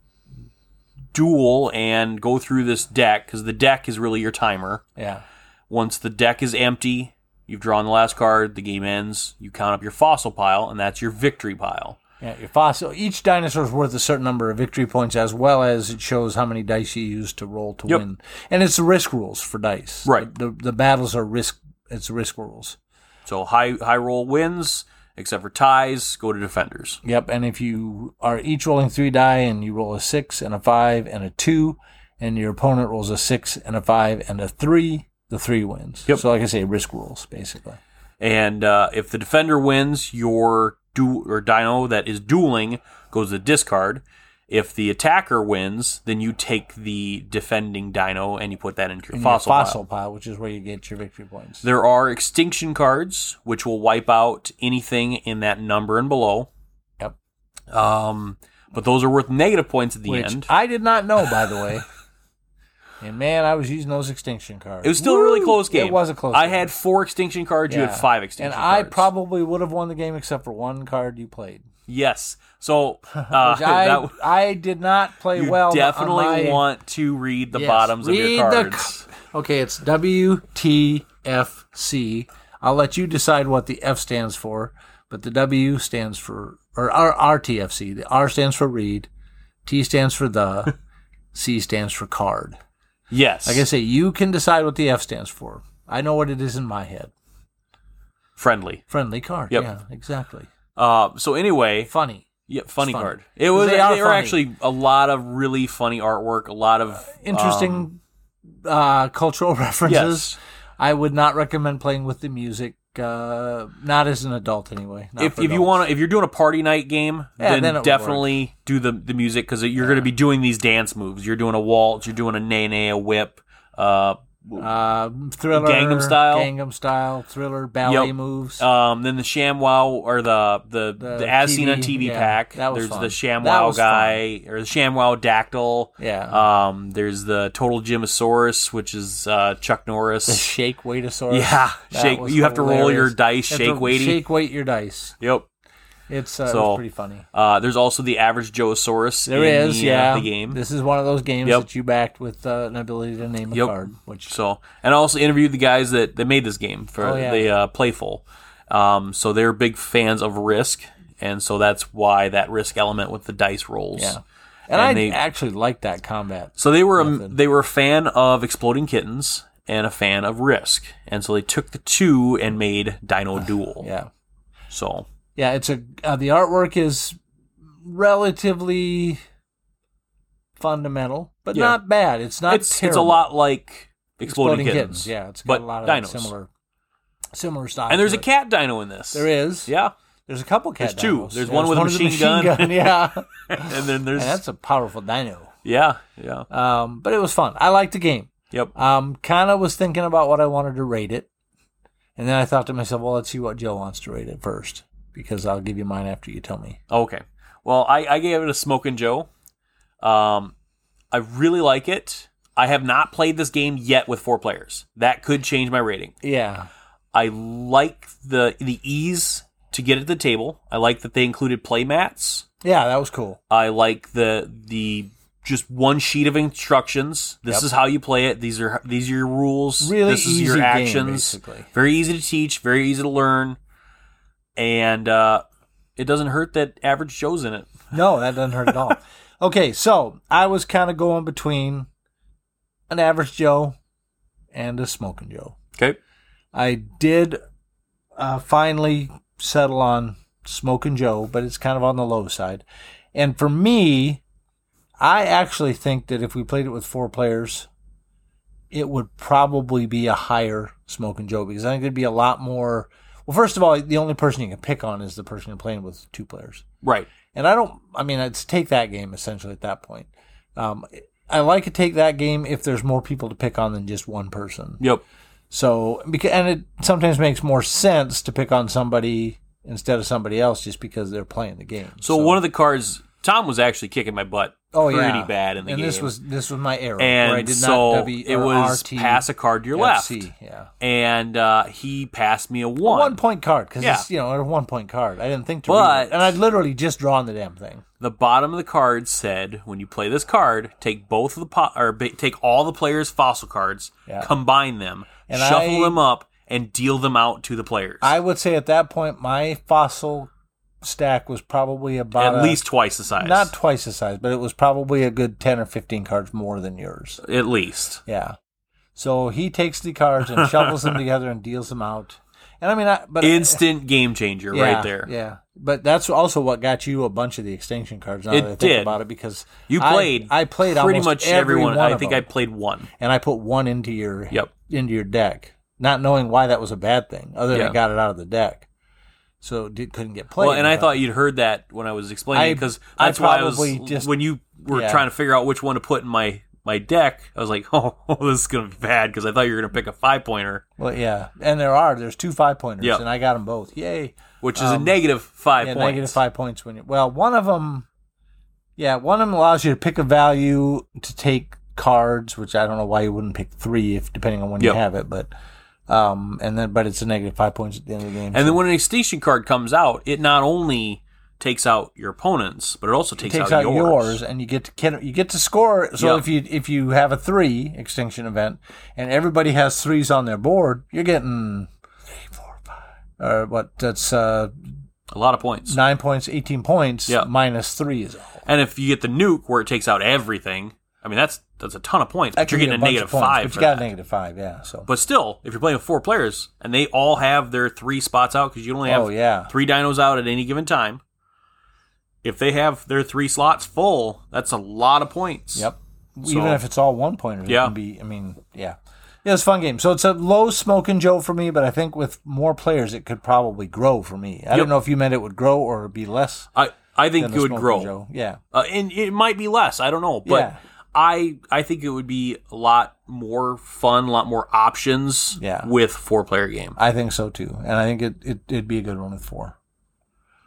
A: duel and go through this deck because the deck is really your timer.
B: Yeah.
A: Once the deck is empty, you've drawn the last card, the game ends, you count up your fossil pile, and that's your victory pile.
B: Yeah, your fossil. Each dinosaur is worth a certain number of victory points, as well as it shows how many dice you use to roll to
A: Yep.
B: win. And it's the risk rules for dice.
A: Right.
B: The, the battles are risk. It's risk rules.
A: So high high roll wins, except for ties, go to defenders.
B: Yep. And if you are each rolling three die, and you roll a six and a five and a two, and your opponent rolls a six and a five and a three, the three wins.
A: Yep.
B: So, like I say, risk rules basically.
A: And uh, if the defender wins, your du- or dino that is dueling goes to discard. If the attacker wins, then you take the defending dino and you put that into your
B: And your
A: fossil,
B: fossil
A: pile.
B: pile. which is where you get your victory points.
A: There are extinction cards, which will wipe out anything in that number and below.
B: Yep.
A: Um, but those are worth negative points at the
B: which
A: end.
B: I did not know, by
A: [laughs]
B: the way. and man, I was using those extinction cards.
A: It was still a really close game.
B: It was a close.
A: I
B: game.
A: had four extinction cards. You
B: Yeah.
A: had five extinction
B: and
A: cards.
B: I probably would have won the game except for one card
A: [laughs]
B: you played,
A: yes. So uh, [laughs]
B: [laughs] which I
A: that w-
B: I did not play
A: you
B: well. on
A: definitely
B: my-
A: want to read the
B: Yes,
A: bottoms of your
B: read the
A: cards.
B: Okay, it's WTFC. I'll let you decide what the F stands for, but the W stands for or R RTFC. The R stands for read, T stands for the, C stands for card.
A: yes.
B: Like I say, you can decide what the F stands for. I know what it is in my head.
A: friendly.
B: Friendly card.
A: Yep.
B: Yeah, exactly.
A: Uh, so anyway,
B: Funny.
A: yeah, funny,
B: funny.
A: card. It was.
B: They are
A: there were
B: funny.
A: actually a lot of really funny artwork. A lot of
B: Interesting
A: um,
B: uh, cultural [laughs] references.
A: yes.
B: I would not recommend playing with the music. Uh, not as an adult, anyway. Not
A: If,
B: for
A: if you
B: adults.
A: want to, if you're doing a party night game,
B: Yeah,
A: then,
B: then it would
A: definitely do the the music because you're going to be doing these dance moves. You're doing a waltz. You're doing a nay nay, a whip, uh,
B: Uh, thriller,
A: Gangnam Style?
B: Gangnam Style, thriller, ballet
A: Yep.
B: moves.
A: Um, then the ShamWow or the the, the, as seen on TV
B: yeah,
A: pack.
B: that was
A: There's the
B: fun. That
A: ShamWow
B: was fun.
A: guy or the ShamWow Dactyl.
B: yeah,
A: Um, there's the Total Gymosaurus, which is uh, Chuck
B: the [laughs]
A: Norris.
B: shake weightsaurus.
A: Yeah,
B: That
A: shake.
B: was
A: You have to roll your
B: hilarious.
A: dice.
B: You have
A: Shake
B: to
A: weighty.
B: Shake weight your dice.
A: Yep.
B: It's uh, it was
A: So,
B: pretty funny.
A: Uh, there's also the average Joeosaurus.
B: There
A: in
B: is,
A: the, uh,
B: yeah.
A: the game.
B: This is one of those games
A: Yep.
B: that you backed with uh, an ability to name a
A: Yep.
B: card, which
A: So, and I also interviewed the guys that, that made this game for
B: Oh, yeah.
A: the uh, Playful. Um, so they're big fans of Risk, and so that's why that Risk element with the dice rolls.
B: yeah.
A: And
B: And, I
A: they-
B: actually like that combat.
A: So they were a,
B: Nothing.
A: they were a fan of Exploding Kittens and a fan of Risk, and so they took the two and made
B: [sighs]
A: Dino Duel.
B: Yeah,
A: So
B: yeah. It's a uh, the artwork is relatively fundamental, but
A: Yeah.
B: not bad. It's not.
A: it's it's a
B: terrible.
A: lot like Exploding, Kittens.
B: Yeah, it's got
A: but
B: a lot of that
A: dinos.
B: similar similar style.
A: And there's
B: to
A: a
B: it.
A: cat dino in this.
B: There is.
A: Yeah.
B: There's a couple cat
A: There's two.
B: dinos.
A: There's one with a machine gun.
B: [laughs] Yeah,
A: and then [laughs] there's
B: [laughs] And that's a powerful dino.
A: yeah yeah
B: Um, but it was fun. I liked the game.
A: yep
B: Um, kind of was thinking about what I wanted to rate it, and then I thought to myself, well, let's see what Joe wants to rate it first, because I'll give you mine after you tell me.
A: Oh, okay. Well, I I gave it a Smokin' Joe. Um, I really like it. I have not played this game yet with four players. That could change my rating.
B: Yeah,
A: I like the the ease to get at the table. I like that they included play mats.
B: yeah, that was cool.
A: I like the the just one sheet of instructions. This
B: Yep.
A: is how you play it. These are these are your rules.
B: Really
A: this is
B: easy
A: your
B: game,
A: actions.
B: basically.
A: Very easy to teach. Very easy to learn. And uh, it doesn't hurt that average Joe's in it.
B: No, that doesn't hurt at
A: [laughs]
B: all. Okay, so I was kind of going between an average Joe and a smoking Joe.
A: Okay.
B: I did uh, finally settle on Smoking Joe, but it's kind of on the low side. And for me, I actually think that if we played it with four players, it would probably be a higher Smoking Joe because I think it'd be a lot more. Well, first of all, the only person you can pick on is the person you're playing with two players.
A: Right.
B: And I don't, I mean, it's take that game essentially at that point. Um, I like to take that game if there's more people to pick on than just one person.
A: Yep.
B: So, because, and it sometimes makes more sense to pick on somebody instead of somebody else just because they're playing the game.
A: So, one of the cards, Tom was actually kicking my butt pretty bad in the
B: Oh, and
A: game.
B: this was this was my error
A: and
B: where I did
A: so
B: not w,
A: it
B: or
A: was
B: RT,
A: pass a card to your left,
B: FC, Yeah,
A: and uh, he passed me a
B: A
A: one.
B: one point card because
A: Yeah.
B: it's you know a one point card. I didn't think to,
A: But-
B: read it. and I'd literally just drawn the damn thing.
A: the bottom of the card said, "When you play this card, take both of the po- or ba- take all the players' fossil cards,
B: Yeah.
A: combine them,
B: And
A: shuffle
B: I-
A: them up, and deal them out to the players."
B: I would say at that point my fossil stack was probably about
A: At
B: a-
A: least twice the size.
B: not twice the size, but it was probably a good ten or fifteen cards more than yours.
A: at least.
B: Yeah. So he takes the cards and
A: [laughs]
B: shuffles them together and deals them out. And I mean, I, but uh,
A: Instant game changer
B: yeah,
A: right there.
B: Yeah. But that's also what got you a bunch of the extinction cards. Now
A: It
B: that I think
A: did.
B: about it, because
A: You
B: I-
A: played.
B: I, played
A: pretty
B: almost
A: much
B: every
A: everyone.
B: One
A: I
B: of
A: think
B: them.
A: I played one.
B: and I put one into your
A: Yep.
B: into your deck, not knowing why that was a bad thing, other than
A: Yeah.
B: it got it out of the deck, so it did, couldn't get played.
A: Well, and I
B: but-
A: thought you'd heard that when I was explaining
B: I-
A: because
B: I
A: that's why I was
B: probably just-
A: when you were
B: yeah.
A: trying to figure out which one to put in my my deck. I was like, [laughs] "Oh, this is gonna be bad," because I thought you were gonna pick a five pointer.
B: well, yeah, and there are there's two five pointers,
A: Yeah.
B: and I got them both. Yay!
A: which is a negative five
B: Um, yeah,
A: points.
B: negative five points when you well one of them yeah one of them allows you to pick a value to take cards which i don't know why you wouldn't pick three if depending on when
A: Yep.
B: you have it but um and then but it's a negative five points at the end of the game
A: And then when an extinction card comes out, it not only takes out your opponent's, but it also
B: it
A: takes,
B: takes out, yours.
A: yours.
B: and you get to kin- you get to score so
A: Yeah.
B: if you if you have a three extinction event and everybody has threes on their board you're getting three four five or what that's uh
A: A lot of points.
B: nine points 18 points
A: Yeah.
B: minus three is all
A: and if you get the nuke where it takes out everything, I mean that's that's a ton of points. But you're
B: could be
A: getting a
B: bunch of
A: negative
B: points,
A: five.
B: But
A: for
B: you got
A: that.
B: a negative five, yeah. So
A: But still, if you're playing with four players and they all have their three spots out because you only have
B: oh yeah,
A: three dinos out at any given time, if they have their three slots full, that's a lot of points.
B: yep.
A: So-
B: Even if it's all one pointers,
A: Yeah.
B: it can be. I mean, yeah, yeah. It's a fun game. So it's a low smoking Joe for me, but I think with more players, it could probably grow for me. I
A: Yep.
B: don't know if you meant it would grow or be less.
A: I I think
B: than
A: it
B: a
A: would
B: Smoking
A: grow.
B: Joe. Yeah,
A: uh, and it might be less. I don't know, but
B: Yeah.
A: I I think it would be a lot more fun, a lot more options
B: Yeah.
A: with four player game.
B: I think so too, and I think it, it it'd be a good one with four.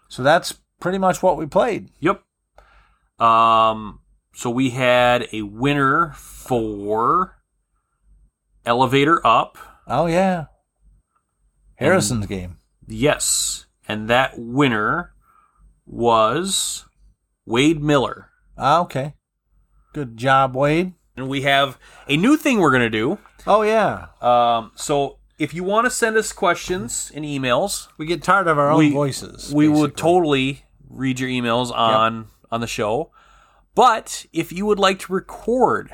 B: So that's pretty much what we played.
A: Yep. Um so we had a winner for Elevator Up.
B: Oh yeah, Harrison's game.
A: Yes. And that winner was Wade Miller.
B: Ah, okay, good job, Wade.
A: And we have a new thing we're going to do.
B: Oh yeah,
A: Um, so if you want to send us questions and emails,
B: we get tired of our own
A: We-
B: voices.
A: we would
B: basically.
A: totally read your emails on on the show. But if you would like to record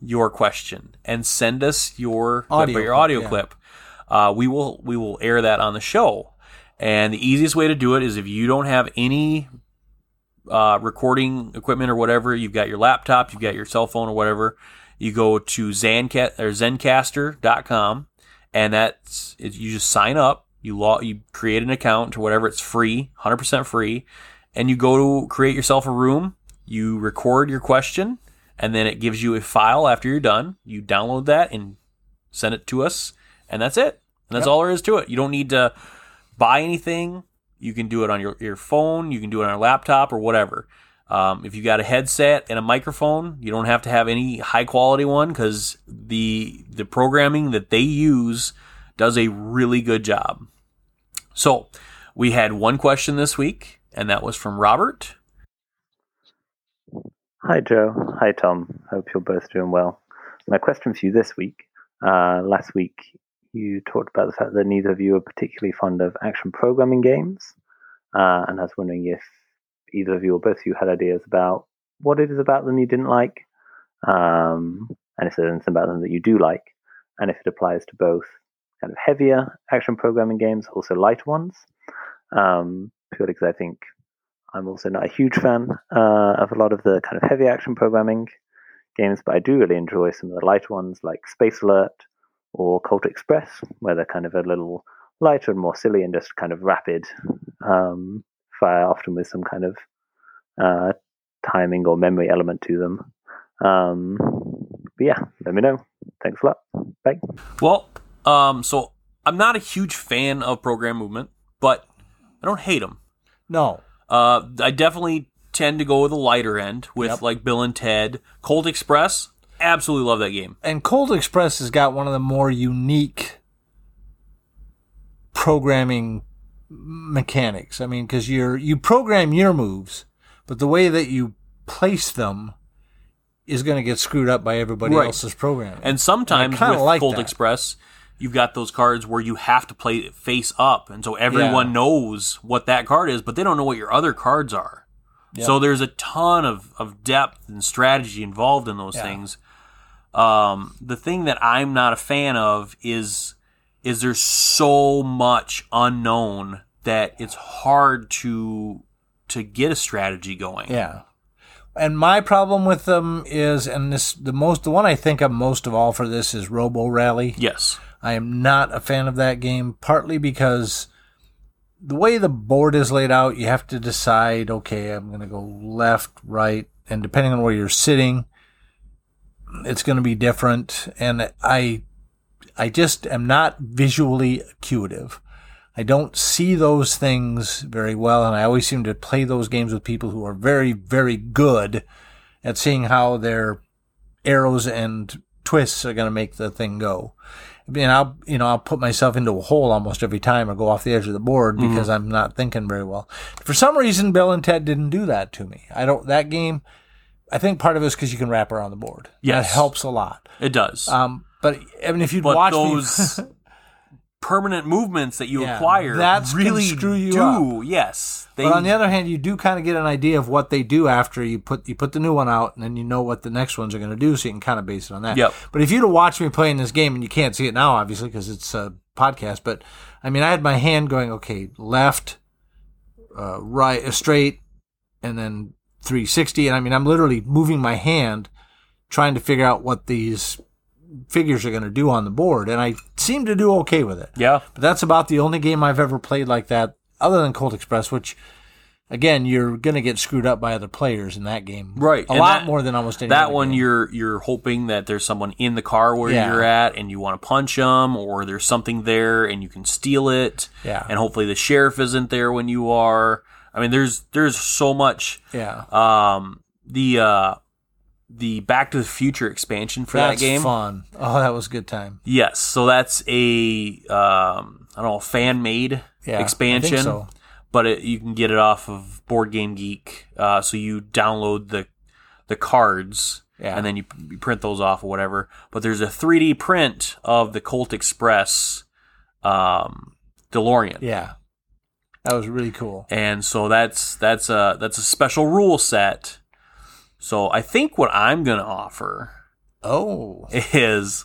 A: your question and send us your
B: Audio
A: clip or your
B: clip,
A: audio
B: yeah.
A: clip, uh, we will we will air that on the show. And the easiest way to do it is if you don't have any uh, recording equipment or whatever, you've got your laptop, you've got your cell phone or whatever, you go to Zanca- or zencaster.com and that's it, you just sign up, you log, you create an account or whatever, it's free, 100% free, and you go to create yourself a room, you record your question, and then it gives you a file after you're done. You download that and send it to us, and that's it. And that's all there is to it. You don't need to buy anything. You can do it on your, your phone, you can do it on your laptop or whatever. Um, if you got a headset and a microphone, you don't have to have any high quality one because the the programming that they use does a really good job. So we had one question this week, and that was from Robert.
C: Hi, Joe. Hi, Tom. Hope you're both doing well. My question for you this week uh, last week, you talked about the fact that neither of you are particularly fond of action programming games. Uh, and I was wondering if either of you or both of you had ideas about what it is about them you didn't like, um, and if there's anything about them that you do like, and if it applies to both kind of heavier action programming games, also lighter ones. Um, purely because I think I'm also not a huge fan uh, of a lot of the kind of heavy action programming games, but I do really enjoy some of the lighter ones like Space Alert or Cult Express, where they're kind of a little lighter and more silly and just kind of rapid um, fire, often with some kind of uh, timing or memory element to them. Um, but yeah, let me know. Thanks a lot. Bye.
A: Well, um, so I'm not a huge fan of program movement, but I don't hate them.
B: no.
A: Uh, I definitely tend to go with the lighter end with
B: Yep.
A: like Bill and Ted, Cold Express. Absolutely love that game.
B: And Cold Express has got one of the more unique programming mechanics. I mean, because you're you program your moves, but the way that you place them is going to get screwed up by everybody
A: Right.
B: else's programming.
A: And sometimes
B: kinda
A: with
B: like
A: Cold
B: that.
A: Express, you've got those cards where you have to play face up, and so everyone
B: Yeah.
A: knows what that card is, but they don't know what your other cards are. So there's a ton of, of depth and strategy involved in those
B: Yeah.
A: things. Um, the thing that I'm not a fan of is is there's so much unknown that it's hard to to get a strategy going.
B: Yeah. And my problem with them is, and this the most the one I think of most of all for this is Robo Rally.
A: Yes.
B: I am not a fan of that game, partly because the way the board is laid out, you have to decide, okay, I'm going to go left, right, and depending on where you're sitting, it's going to be different. And I, I just am not visually acuitive. I don't see those things very well, and I always seem to play those games with people who are very, very good at seeing how their arrows and twists are going to make the thing go and I'll you know I'll put myself into a hole almost every time or go off the edge of the board because I'm not thinking very well. For some reason, Bill and Ted didn't do that to me. I don't that game. I think part of it is because you can wrap around the board.
A: Yes.
B: that helps a lot.
A: It does.
B: Um, but I mean, if you'd
A: but
B: watch me- [laughs]
A: those permanent movements that you
B: Yeah,
A: acquire
B: that's gonna
A: really
B: screw you
A: do.
B: up.
A: Yes, they,
B: but on the other hand, you do kind of get an idea of what they do after you put you put the new one out, and then you know what the next ones are going to do, so you can kind of base it on that.
A: Yep.
B: But if you'd have watched me playing this game, and you can't see it now, obviously, because it's a podcast, but I mean, I had my hand going, okay, left, uh, right, uh, straight, and then 360, and I mean, I'm literally moving my hand, trying to figure out what these figures are going to do on the board, and I seem to do okay with it.
A: yeah,
B: But that's about the only game I've ever played like that, other than Cold Express, which again, you're going to get screwed up by other players in that game.
A: Right,
B: A
A: and
B: lot
A: that-
B: more than almost any
A: that
B: other
A: one
B: game.
A: you're you're hoping that there's someone in the car where
B: Yeah.
A: you're at and you want to punch them or there's something there and you can steal it
B: Yeah.
A: and hopefully the sheriff isn't there when you are i mean there's there's so much
B: Yeah.
A: um the uh the back to the future expansion for
B: That's
A: that game
B: fun. Oh, that was a good time.
A: yes so that's a um i don't know fan made
B: Yeah. I think
A: expansion
B: so.
A: but it, you can get it off of Board Game Geek. Uh, so you download the the cards,
B: Yeah.
A: and then you, you print those off or whatever. But there's a 3D print of the Colt Express um, DeLorean,
B: Yeah. That was really cool.
A: and so that's that's a that's a special rule set. So I think what I'm gonna offer
B: Oh.
A: [laughs] is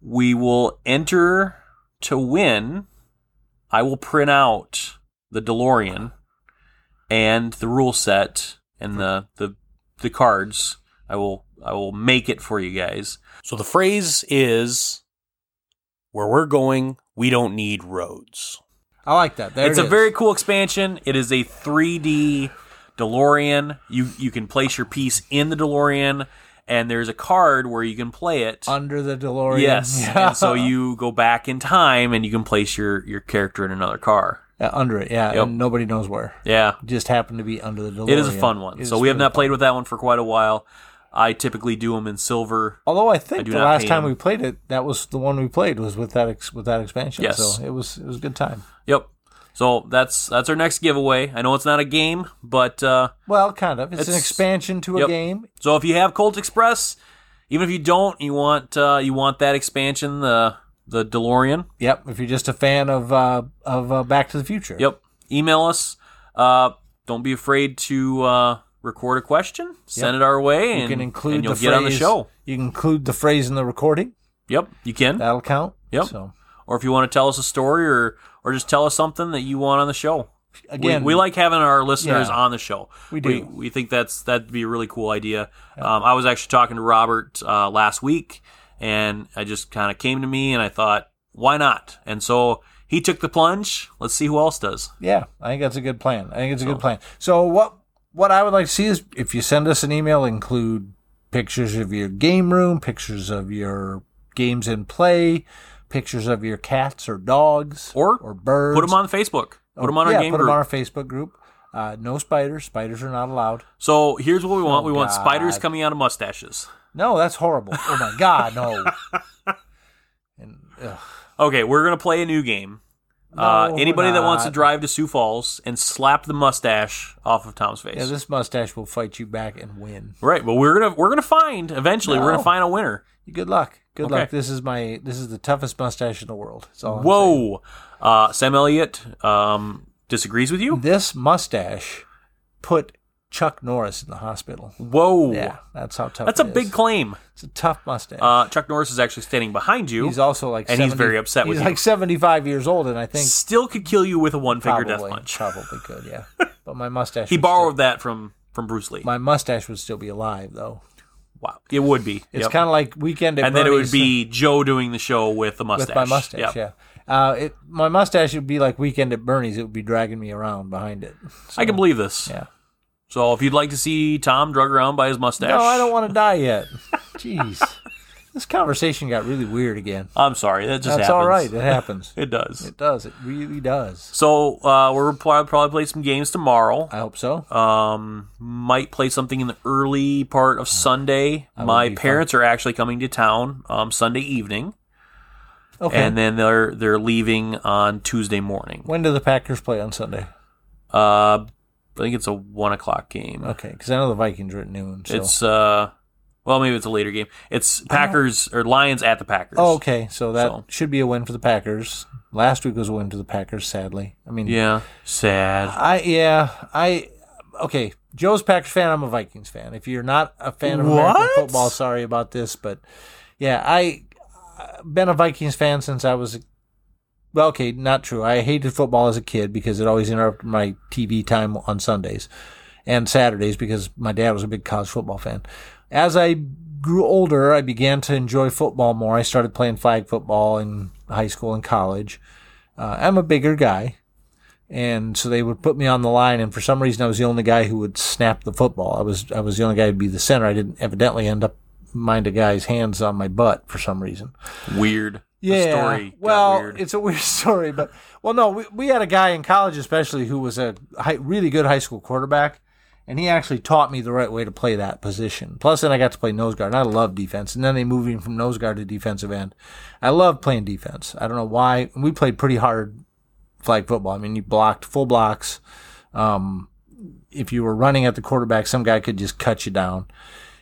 A: we will enter to win. I will print out the DeLorean and the rule set and the the, the cards. I will I will make it for you guys.
D: So the phrase is where we're going, we don't need roads.
B: I like that. There
A: it's
B: it
A: a
B: is.
A: very cool expansion. It is a 3D DeLorean. You you can place your piece in the DeLorean and there's a card where you can play it.
B: under the DeLorean.
A: yes.
B: [laughs] Yeah.
A: And so you go back in time and you can place your your character in another car.
B: Yeah, under it. Yeah.
A: Yep.
B: And nobody knows where.
A: Yeah,
B: Just happened to be under the DeLorean.
A: it is a fun one.
B: It
A: so
B: is
A: we have
B: really
A: not played with that one for quite a while. I typically do them in silver.
B: Although I
A: I
B: think
A: do
B: the
A: not
B: last
A: hate
B: time
A: them.
B: we played it, that was the one we played was with that ex- with that expansion.
A: Yes.
B: So it was it was a good time.
A: Yep. So that's that's our next giveaway. I know it's not a game, but uh,
B: Well, kind of. It's, an
A: It's-
B: expansion to a
A: yep.
B: game.
A: so if you have Colt Express, even if you don't, you want uh, you want that expansion, the the DeLorean.
B: Yep. If you're just a fan of uh, of uh, Back to the Future.
A: Yep. Email us. Uh, don't be afraid to uh, record a question. Send it our way, and
B: You can include
A: and you'll
B: the
A: get
B: phrase,
A: on the show.
B: You can include the phrase in the recording.
A: Yep, you can.
B: That'll count.
A: Yep.
B: So
A: or if you want to tell us a story or or just tell us something that you want on the show.
B: again,
A: we, we like having our listeners
B: Yeah.
A: on the show.
B: We
A: We,
B: do.
A: think that's that'd be a really cool idea. Um, I was actually talking to Robert uh, last week, and I just kind of came to me, and I thought, why not? And so he took the plunge. Let's see who else does.
B: Yeah, I think that's a good plan. I think it's a good plan. So what what I would like to see is if you send us an email, include pictures of your game room, pictures of your games in play, pictures of your cats or dogs
A: Or
B: or birds. Oh,
A: Put them on Facebook. Put them on
B: yeah,
A: our game
B: put
A: group.
B: them on our Facebook group. Uh, no spiders. Spiders are not allowed.
A: so here's what we want. we want
B: Oh, God.
A: spiders coming out of mustaches.
B: No, that's horrible. Oh my
A: [laughs]
B: god, no. And ugh,
A: Okay, we're gonna play a new game. uh,
B: No, we're
A: anybody that wants to
B: not.
A: drive to Sioux Falls and slap the mustache off of Tom's face.
B: yeah, this mustache will fight you back and win.
A: Right, but we're gonna we're gonna find eventually. We're
B: No.
A: gonna find a winner.
B: Good luck. Good
A: Okay.
B: luck. This is my this is the toughest mustache in the world. That's all I'm saying.
A: Whoa, uh, Sam Elliott um, disagrees with you.
B: this mustache put Chuck Norris in the hospital.
A: Whoa,
B: Yeah, that's how tough.
A: that's a
B: it
A: big
B: is.
A: claim.
B: it's a tough mustache.
A: Uh, Chuck Norris is actually standing behind you.
B: he's also like,
A: and
B: 70,
A: he's very upset with
B: he's
A: you.
B: like seventy-five years old, and I think
A: Still could kill you with a one finger
B: probably
A: death punch.
B: probably
A: [laughs]
B: could. Yeah, but my mustache.
A: He
B: would
A: borrowed that from from Bruce Lee.
B: Still, my mustache would still be alive, though.
A: wow, it would be.
B: It's
A: Yep.
B: kind of like weekend at
A: and then it would
B: Bernie's
A: be Joe doing the show with a mustache.
B: with my
A: Yep.
B: mustache. Yeah, uh, it my mustache would be like weekend at Bernie's. It would be dragging me around behind it.
A: I can believe this.
B: Yeah.
A: So if you'd like to see Tom drug around by his mustache,
B: No, I don't want to die yet. [laughs] Jeez, this conversation got really weird again.
A: I'm sorry. That just
B: That's
A: happens.
B: all right. It happens.
A: It does.
B: It does. It really does.
A: So uh, we're prob- probably play some games tomorrow.
B: I hope so.
A: Um, might play something in the early part of Sunday.
B: That would
A: My
B: be fun.
A: parents are actually coming to town um, Sunday evening,
B: Okay.
A: and then they're they're leaving on Tuesday morning.
B: when do the Packers play on Sunday?
A: Uh, I think it's a one o'clock game.
B: Okay, because I know the Vikings are at noon. So.
A: It's uh, well maybe it's a later game. It's Packers or Lions at the Packers.
B: oh, okay. So that
A: So.
B: should be a win for the Packers. Last week was a win for the Packers. Sadly, I mean,
A: yeah, sad.
B: I yeah I okay. Joe's Packers fan. I'm a Vikings fan. If you're not a fan of American
A: What?
B: football, sorry about this, but yeah, I uh, been a Vikings fan since I was. a- Well, okay, not true. I hated football as a kid because it always interrupted my TV time on Sundays and Saturdays because my dad was a big college football fan. As I grew older, I began to enjoy football more. I started playing flag football in high school and college. Uh, I'm a bigger guy, and so they would put me on the line. And for some reason, I was the only guy who would snap the football. I was I was the only guy who'd be the center. I didn't evidently end up mind a guy's hands on my butt for some reason.
A: Weird. The
B: Yeah.
A: story got
B: well,
A: weird.
B: it's a weird [laughs] story, but well, no, we, we had a guy in college, especially who was a high, really good high school quarterback, and he actually taught me the right way to play that position. Plus, then I got to play nose guard, and I love defense. And then they moved me from nose guard to defensive end. I love playing defense. I don't know why. We played pretty hard flag football. I mean, you blocked full blocks. Um, if you were running at the quarterback, some guy could just cut you down.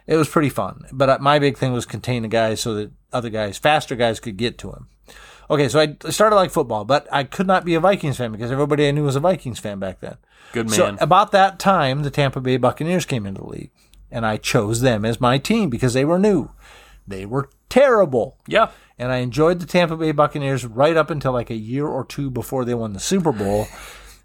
B: It was pretty fun. But uh, my big thing was contain the guys so that other guys, faster guys, could get to him. Okay, so I started like football, but I could not be a Vikings fan because everybody I knew was a Vikings fan back then.
A: Good man.
B: So about that time, the Tampa Bay Buccaneers came into the league, and I chose them as my team because they were new. They were terrible,
A: yeah.
B: and I enjoyed the Tampa Bay Buccaneers right up until like a year or two before they won the Super Bowl.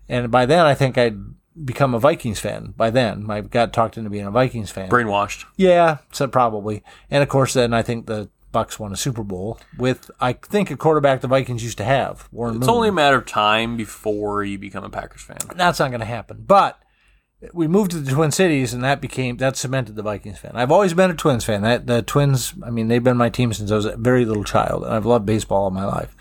B: And by then, I think I'd become a Vikings fan. By then, I got talked into being a Vikings fan.
A: Brainwashed.
B: Yeah, so probably. And of course, then I think the Bucks won a Super Bowl with I think a quarterback the Vikings used to have Warren
A: It's
B: Moon.
A: only a matter of time before you become a Packers fan.
B: That's not going to happen. But we moved to the Twin Cities, and that became that cemented the Vikings fan. I've always been a Twins fan. That the Twins, I mean, they've been my team since I was a very little child, and I've loved baseball all my life.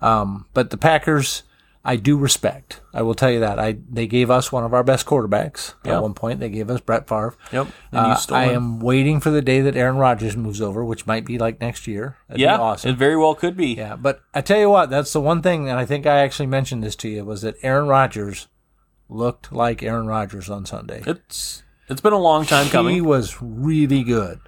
B: Um, but the Packers, I do respect. I will tell you that. I they gave us one of our best quarterbacks
A: Yeah.
B: at one point. They gave us Brett Favre.
A: Yep. And
B: Uh,
A: you stole
B: I
A: him.
B: am waiting for the day that Aaron Rodgers moves over, which might be like next year. That'd
A: yeah.
B: be awesome.
A: It very well could be.
B: Yeah, but I tell you what, that's the one thing that I think I actually mentioned this to you was that Aaron Rodgers looked like Aaron Rodgers on Sunday.
A: It's it's been a long time
B: He
A: coming.
B: was really good.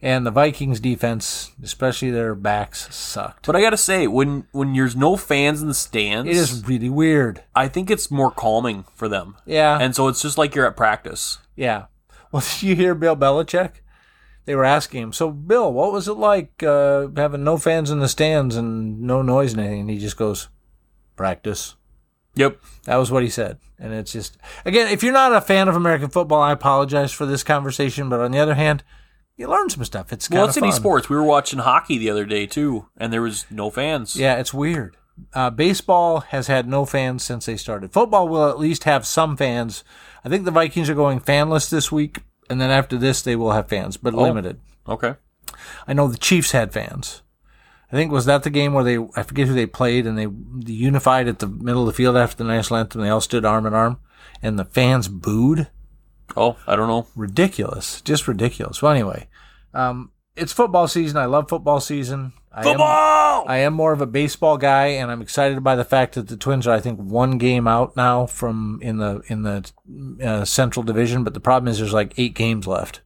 B: And the Vikings defense, especially their backs, sucked.
A: But I gotta say, when when there's no fans in the stands,
B: it is really weird.
A: I think it's more calming for them.
B: Yeah.
A: And so it's just like you're at practice.
B: Yeah. [laughs] Well, did you hear Bill Belichick? They were asking him, so Bill, what was it like uh, having no fans in the stands and no noise and anything? And he just goes, practice.
A: Yep.
B: That was what he said. And it's just, again, if you're not a fan of American football, I apologize for this conversation. But on the other hand, you learn some stuff. It's kind
A: Well,
B: of
A: it's
B: fun.
A: any sports. We were watching hockey the other day too, and there was no fans.
B: Yeah, it's weird. Uh, baseball has had no fans since they started. Football will at least have some fans. I think the Vikings are going fanless this week, and then after this, they will have fans, but limited.
A: Okay.
B: I know the Chiefs had fans. I think was that the game where they I forget who they played and they, they unified at the middle of the field after the national anthem. They all stood arm in arm, and the fans booed.
A: Oh, I don't know.
B: Ridiculous, just ridiculous. Well, anyway, um, it's football season. I love football season. I am-
A: Football.
B: I am more of a baseball guy, and I'm excited by the fact that the Twins are, I think, one game out now from in the in the uh, Central Division. But the problem is, there's like eight games left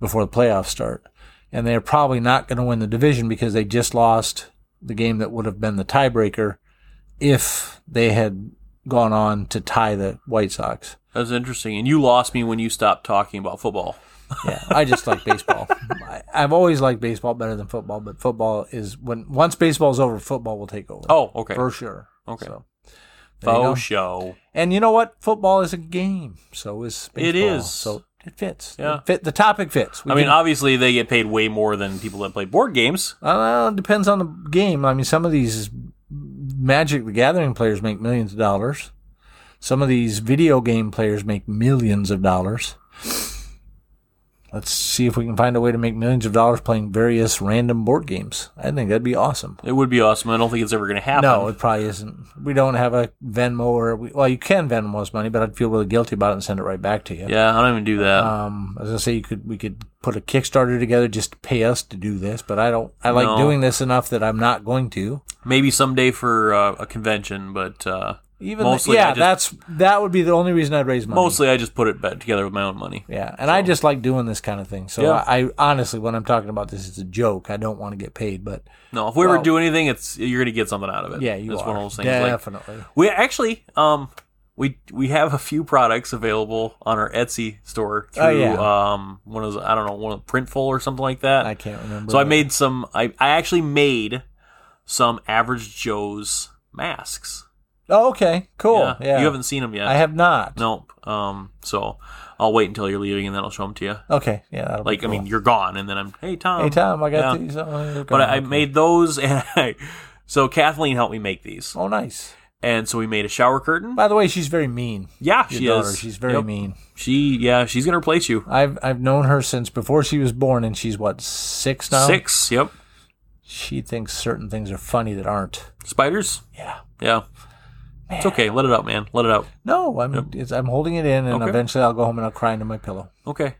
B: before the playoffs start, and they're probably not going to win the division because they just lost the game that would have been the tiebreaker if they had gone on to tie the White Sox.
A: That's interesting. And you lost me when you stopped talking about football.
B: Yeah, I just like baseball. I, I've always liked baseball better than football, but football is when once baseball's over, football will take over.
A: Oh, okay.
B: for sure.
A: Okay.
B: So, there you go.
A: Faux show.
B: And you know what? Football is a game. So is baseball.
A: It is.
B: So it fits.
A: Yeah.
B: It fit the topic fits. We
A: I mean,
B: can-
A: obviously they get paid way more than people that play board games.
B: well, it depends on the game. I mean, some of these Magic the Gathering players make millions of dollars. Some of these video game players make millions of dollars. Let's see if we can find a way to make millions of dollars playing various random board games. I think that'd be awesome.
A: It would be awesome. I don't think it's ever going to happen.
B: No, it probably isn't. We don't have a Venmo or we, well, you can Venmo us money, but I'd feel really guilty about it and send it right back to you.
A: Yeah, I don't even do that.
B: Um, I was gonna say you could we could put a Kickstarter together just to pay us to do this, but I don't. I like
A: No.
B: doing this enough that I'm not going to.
A: Maybe someday for uh, a convention, but uh,
B: Even
A: Mostly, I
B: yeah,
A: just-
B: that's that would be the only reason I'd raise money.
A: mostly I just put it back together with my own money.
B: Yeah, and I just like doing this kind of thing. So
A: Yeah.
B: I, I honestly, when I'm talking about this, it's a joke. I don't want to get paid, but
A: No, if we
B: Well-
A: ever do anything, it's you're going to get something out of it.
B: yeah, you
A: it's
B: are
A: one of those things. Like,
B: definitely.
A: we actually, um, we we have a few products available on our Etsy store through
B: Oh, yeah.
A: um one of those, I don't know one of Printful or something like that.
B: I can't remember.
A: so I made some. I I actually made some Average Joe's masks.
B: Oh, okay, cool. Yeah,
A: You haven't seen them yet.
B: I have not.
A: Nope. Um. So I'll wait until you're leaving, and then I'll show them to you.
B: Okay, yeah. that'll be
A: Like, I
B: cool.
A: mean, you're gone, and then I'm, hey Tom.
B: hey Tom, I got
A: yeah.
B: these. Oh,
A: But I, I
B: okay.
A: [laughs] made those, and I, so Kathleen helped me make these,
B: Oh, nice.
A: and so we made a shower curtain.
B: By the way, she's very mean.
A: Yeah,
B: Your
A: she
B: daughter,
A: is.
B: she's very
A: Yep.
B: mean.
A: She yeah, she's gonna replace you.
B: I've I've known her since before she was born, and she's what six now.
A: Six. Yep.
B: She thinks certain things are funny that aren't.
A: Spiders.
B: Yeah.
A: Yeah. It's okay. Let it out, man. Let it out.
B: No, I'm it's, I'm holding it in, and
A: Okay.
B: eventually I'll go home and I'll cry into my pillow.
A: Okay.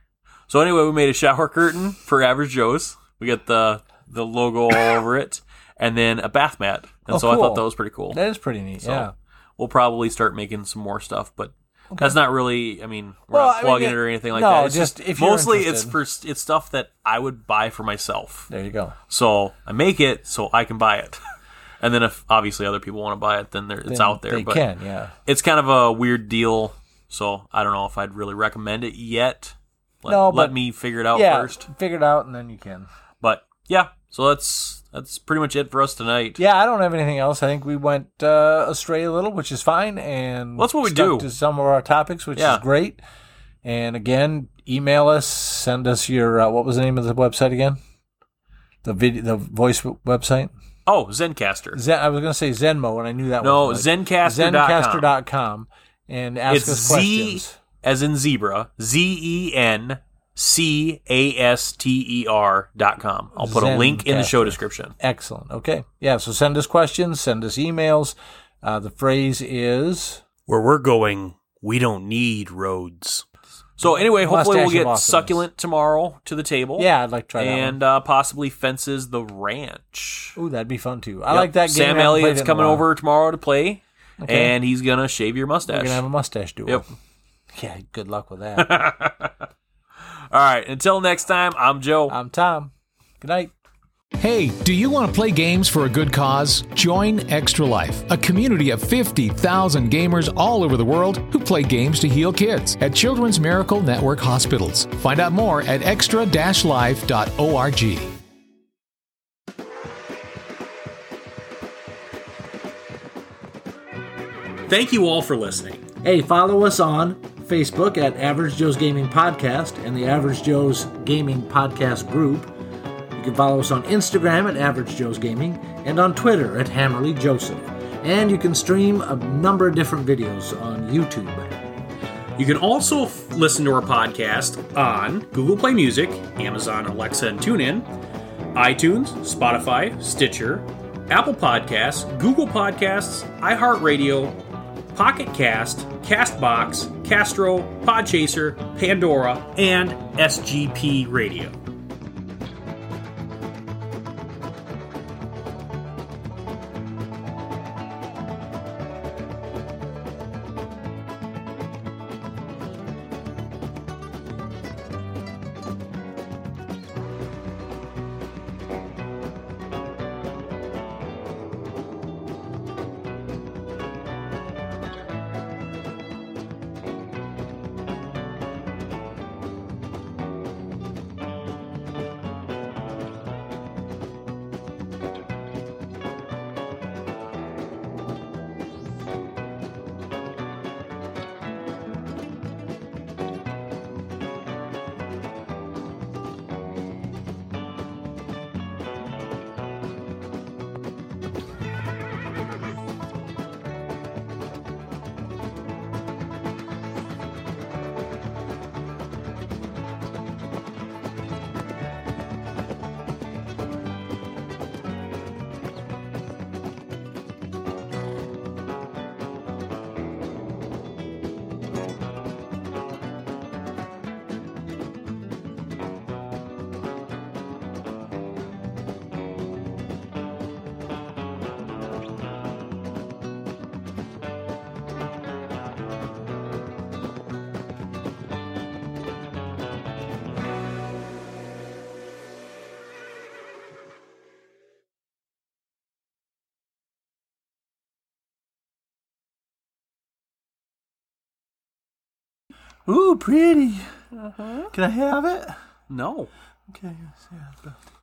A: So anyway, we made a shower curtain for Average Joe's. We got the the logo all over it, and then a bath mat. And
B: Oh,
A: so I
B: cool.
A: thought that was pretty cool.
B: That is pretty neat.
A: So
B: yeah.
A: we'll probably start making some more stuff, but that's not really. I mean, we're
B: Well, I
A: not
B: mean,
A: plugging
B: it-
A: it or anything like
B: no,
A: that. It's
B: just if you're
A: mostly it's for
B: interested.
A: it's stuff that I would buy for myself.
B: There you go.
A: So I make it so I can buy it, [laughs] and then if obviously other people want to buy it, then there it's
B: Then
A: out there.
B: They
A: but
B: can. Yeah.
A: it's kind of a weird deal. So I don't know if I'd really recommend it yet. Let,
B: No,
A: let
B: but-
A: me figure it out
B: yeah.
A: first.
B: Figure it out, and then you can.
A: But yeah, so that's that's pretty much it for us tonight.
B: Yeah, I don't have anything else. I think we went uh, astray a little, which is fine, and
A: Well, that's what we
B: stuck
A: do.
B: to some of our topics, which
A: Yeah.
B: is great. And again, email us, send us your uh, what was the name of the website again? The video, the voice w- website.
A: Oh, Zencaster.
B: Zen, I was going to say Zenmo, and I knew that.
A: No,
B: was
A: Zencaster.com.
B: Zencaster.com, and ask
A: It's
B: us
A: Z
B: questions.
A: as in zebra. Z E N C A S T E R dot com. I'll put a link in the show
B: Zencaster.
A: description.
B: Excellent. Okay, yeah. So send us questions, send us emails. Uh, the phrase is
D: Where we're going, we don't need roads.
A: So anyway, hopefully
B: Mustache
A: we'll
B: and
A: get
B: Waffles.
A: succulent tomorrow to the table.
B: yeah. I'd like to try that. one.
A: And uh, possibly fences the ranch.
B: Ooh, that'd be fun too. I
A: Yep.
B: like that game. I
A: Sam
B: haven't played
A: Elliott's
B: it in a
A: coming
B: while.
A: over tomorrow to play,
B: Okay.
A: and he's gonna shave your
B: We're
A: mustache.
B: gonna have a mustache duel.
A: Yep.
B: [laughs] Yeah. Good luck with that. [laughs]
A: [laughs] All right. Until next time, I'm Joe.
B: I'm Tom. Good night.
E: Hey, do you want to play games for a good cause? Join Extra Life, a community of 50,000 gamers all over the world who play games to heal kids at Children's Miracle Network hospitals. Find out more at extra-life.org.
A: Thank you all for listening.
B: Hey, follow us on Facebook at Average Joe's Gaming Podcast and the Average Joe's Gaming Podcast group. You can follow us on Instagram at Average Joe's Gaming and on Twitter at Hammerly Joseph. And you can stream a number of different videos on YouTube.
A: You can also f- listen to our podcast on Google Play Music, Amazon Alexa and TuneIn, iTunes, Spotify, Stitcher, Apple Podcasts, Google Podcasts, iHeartRadio, Pocket Cast, Castbox, Castro, Podchaser, Pandora, and SGP Radio.
B: Ooh, pretty. Can I have it?
A: No.
B: Okay.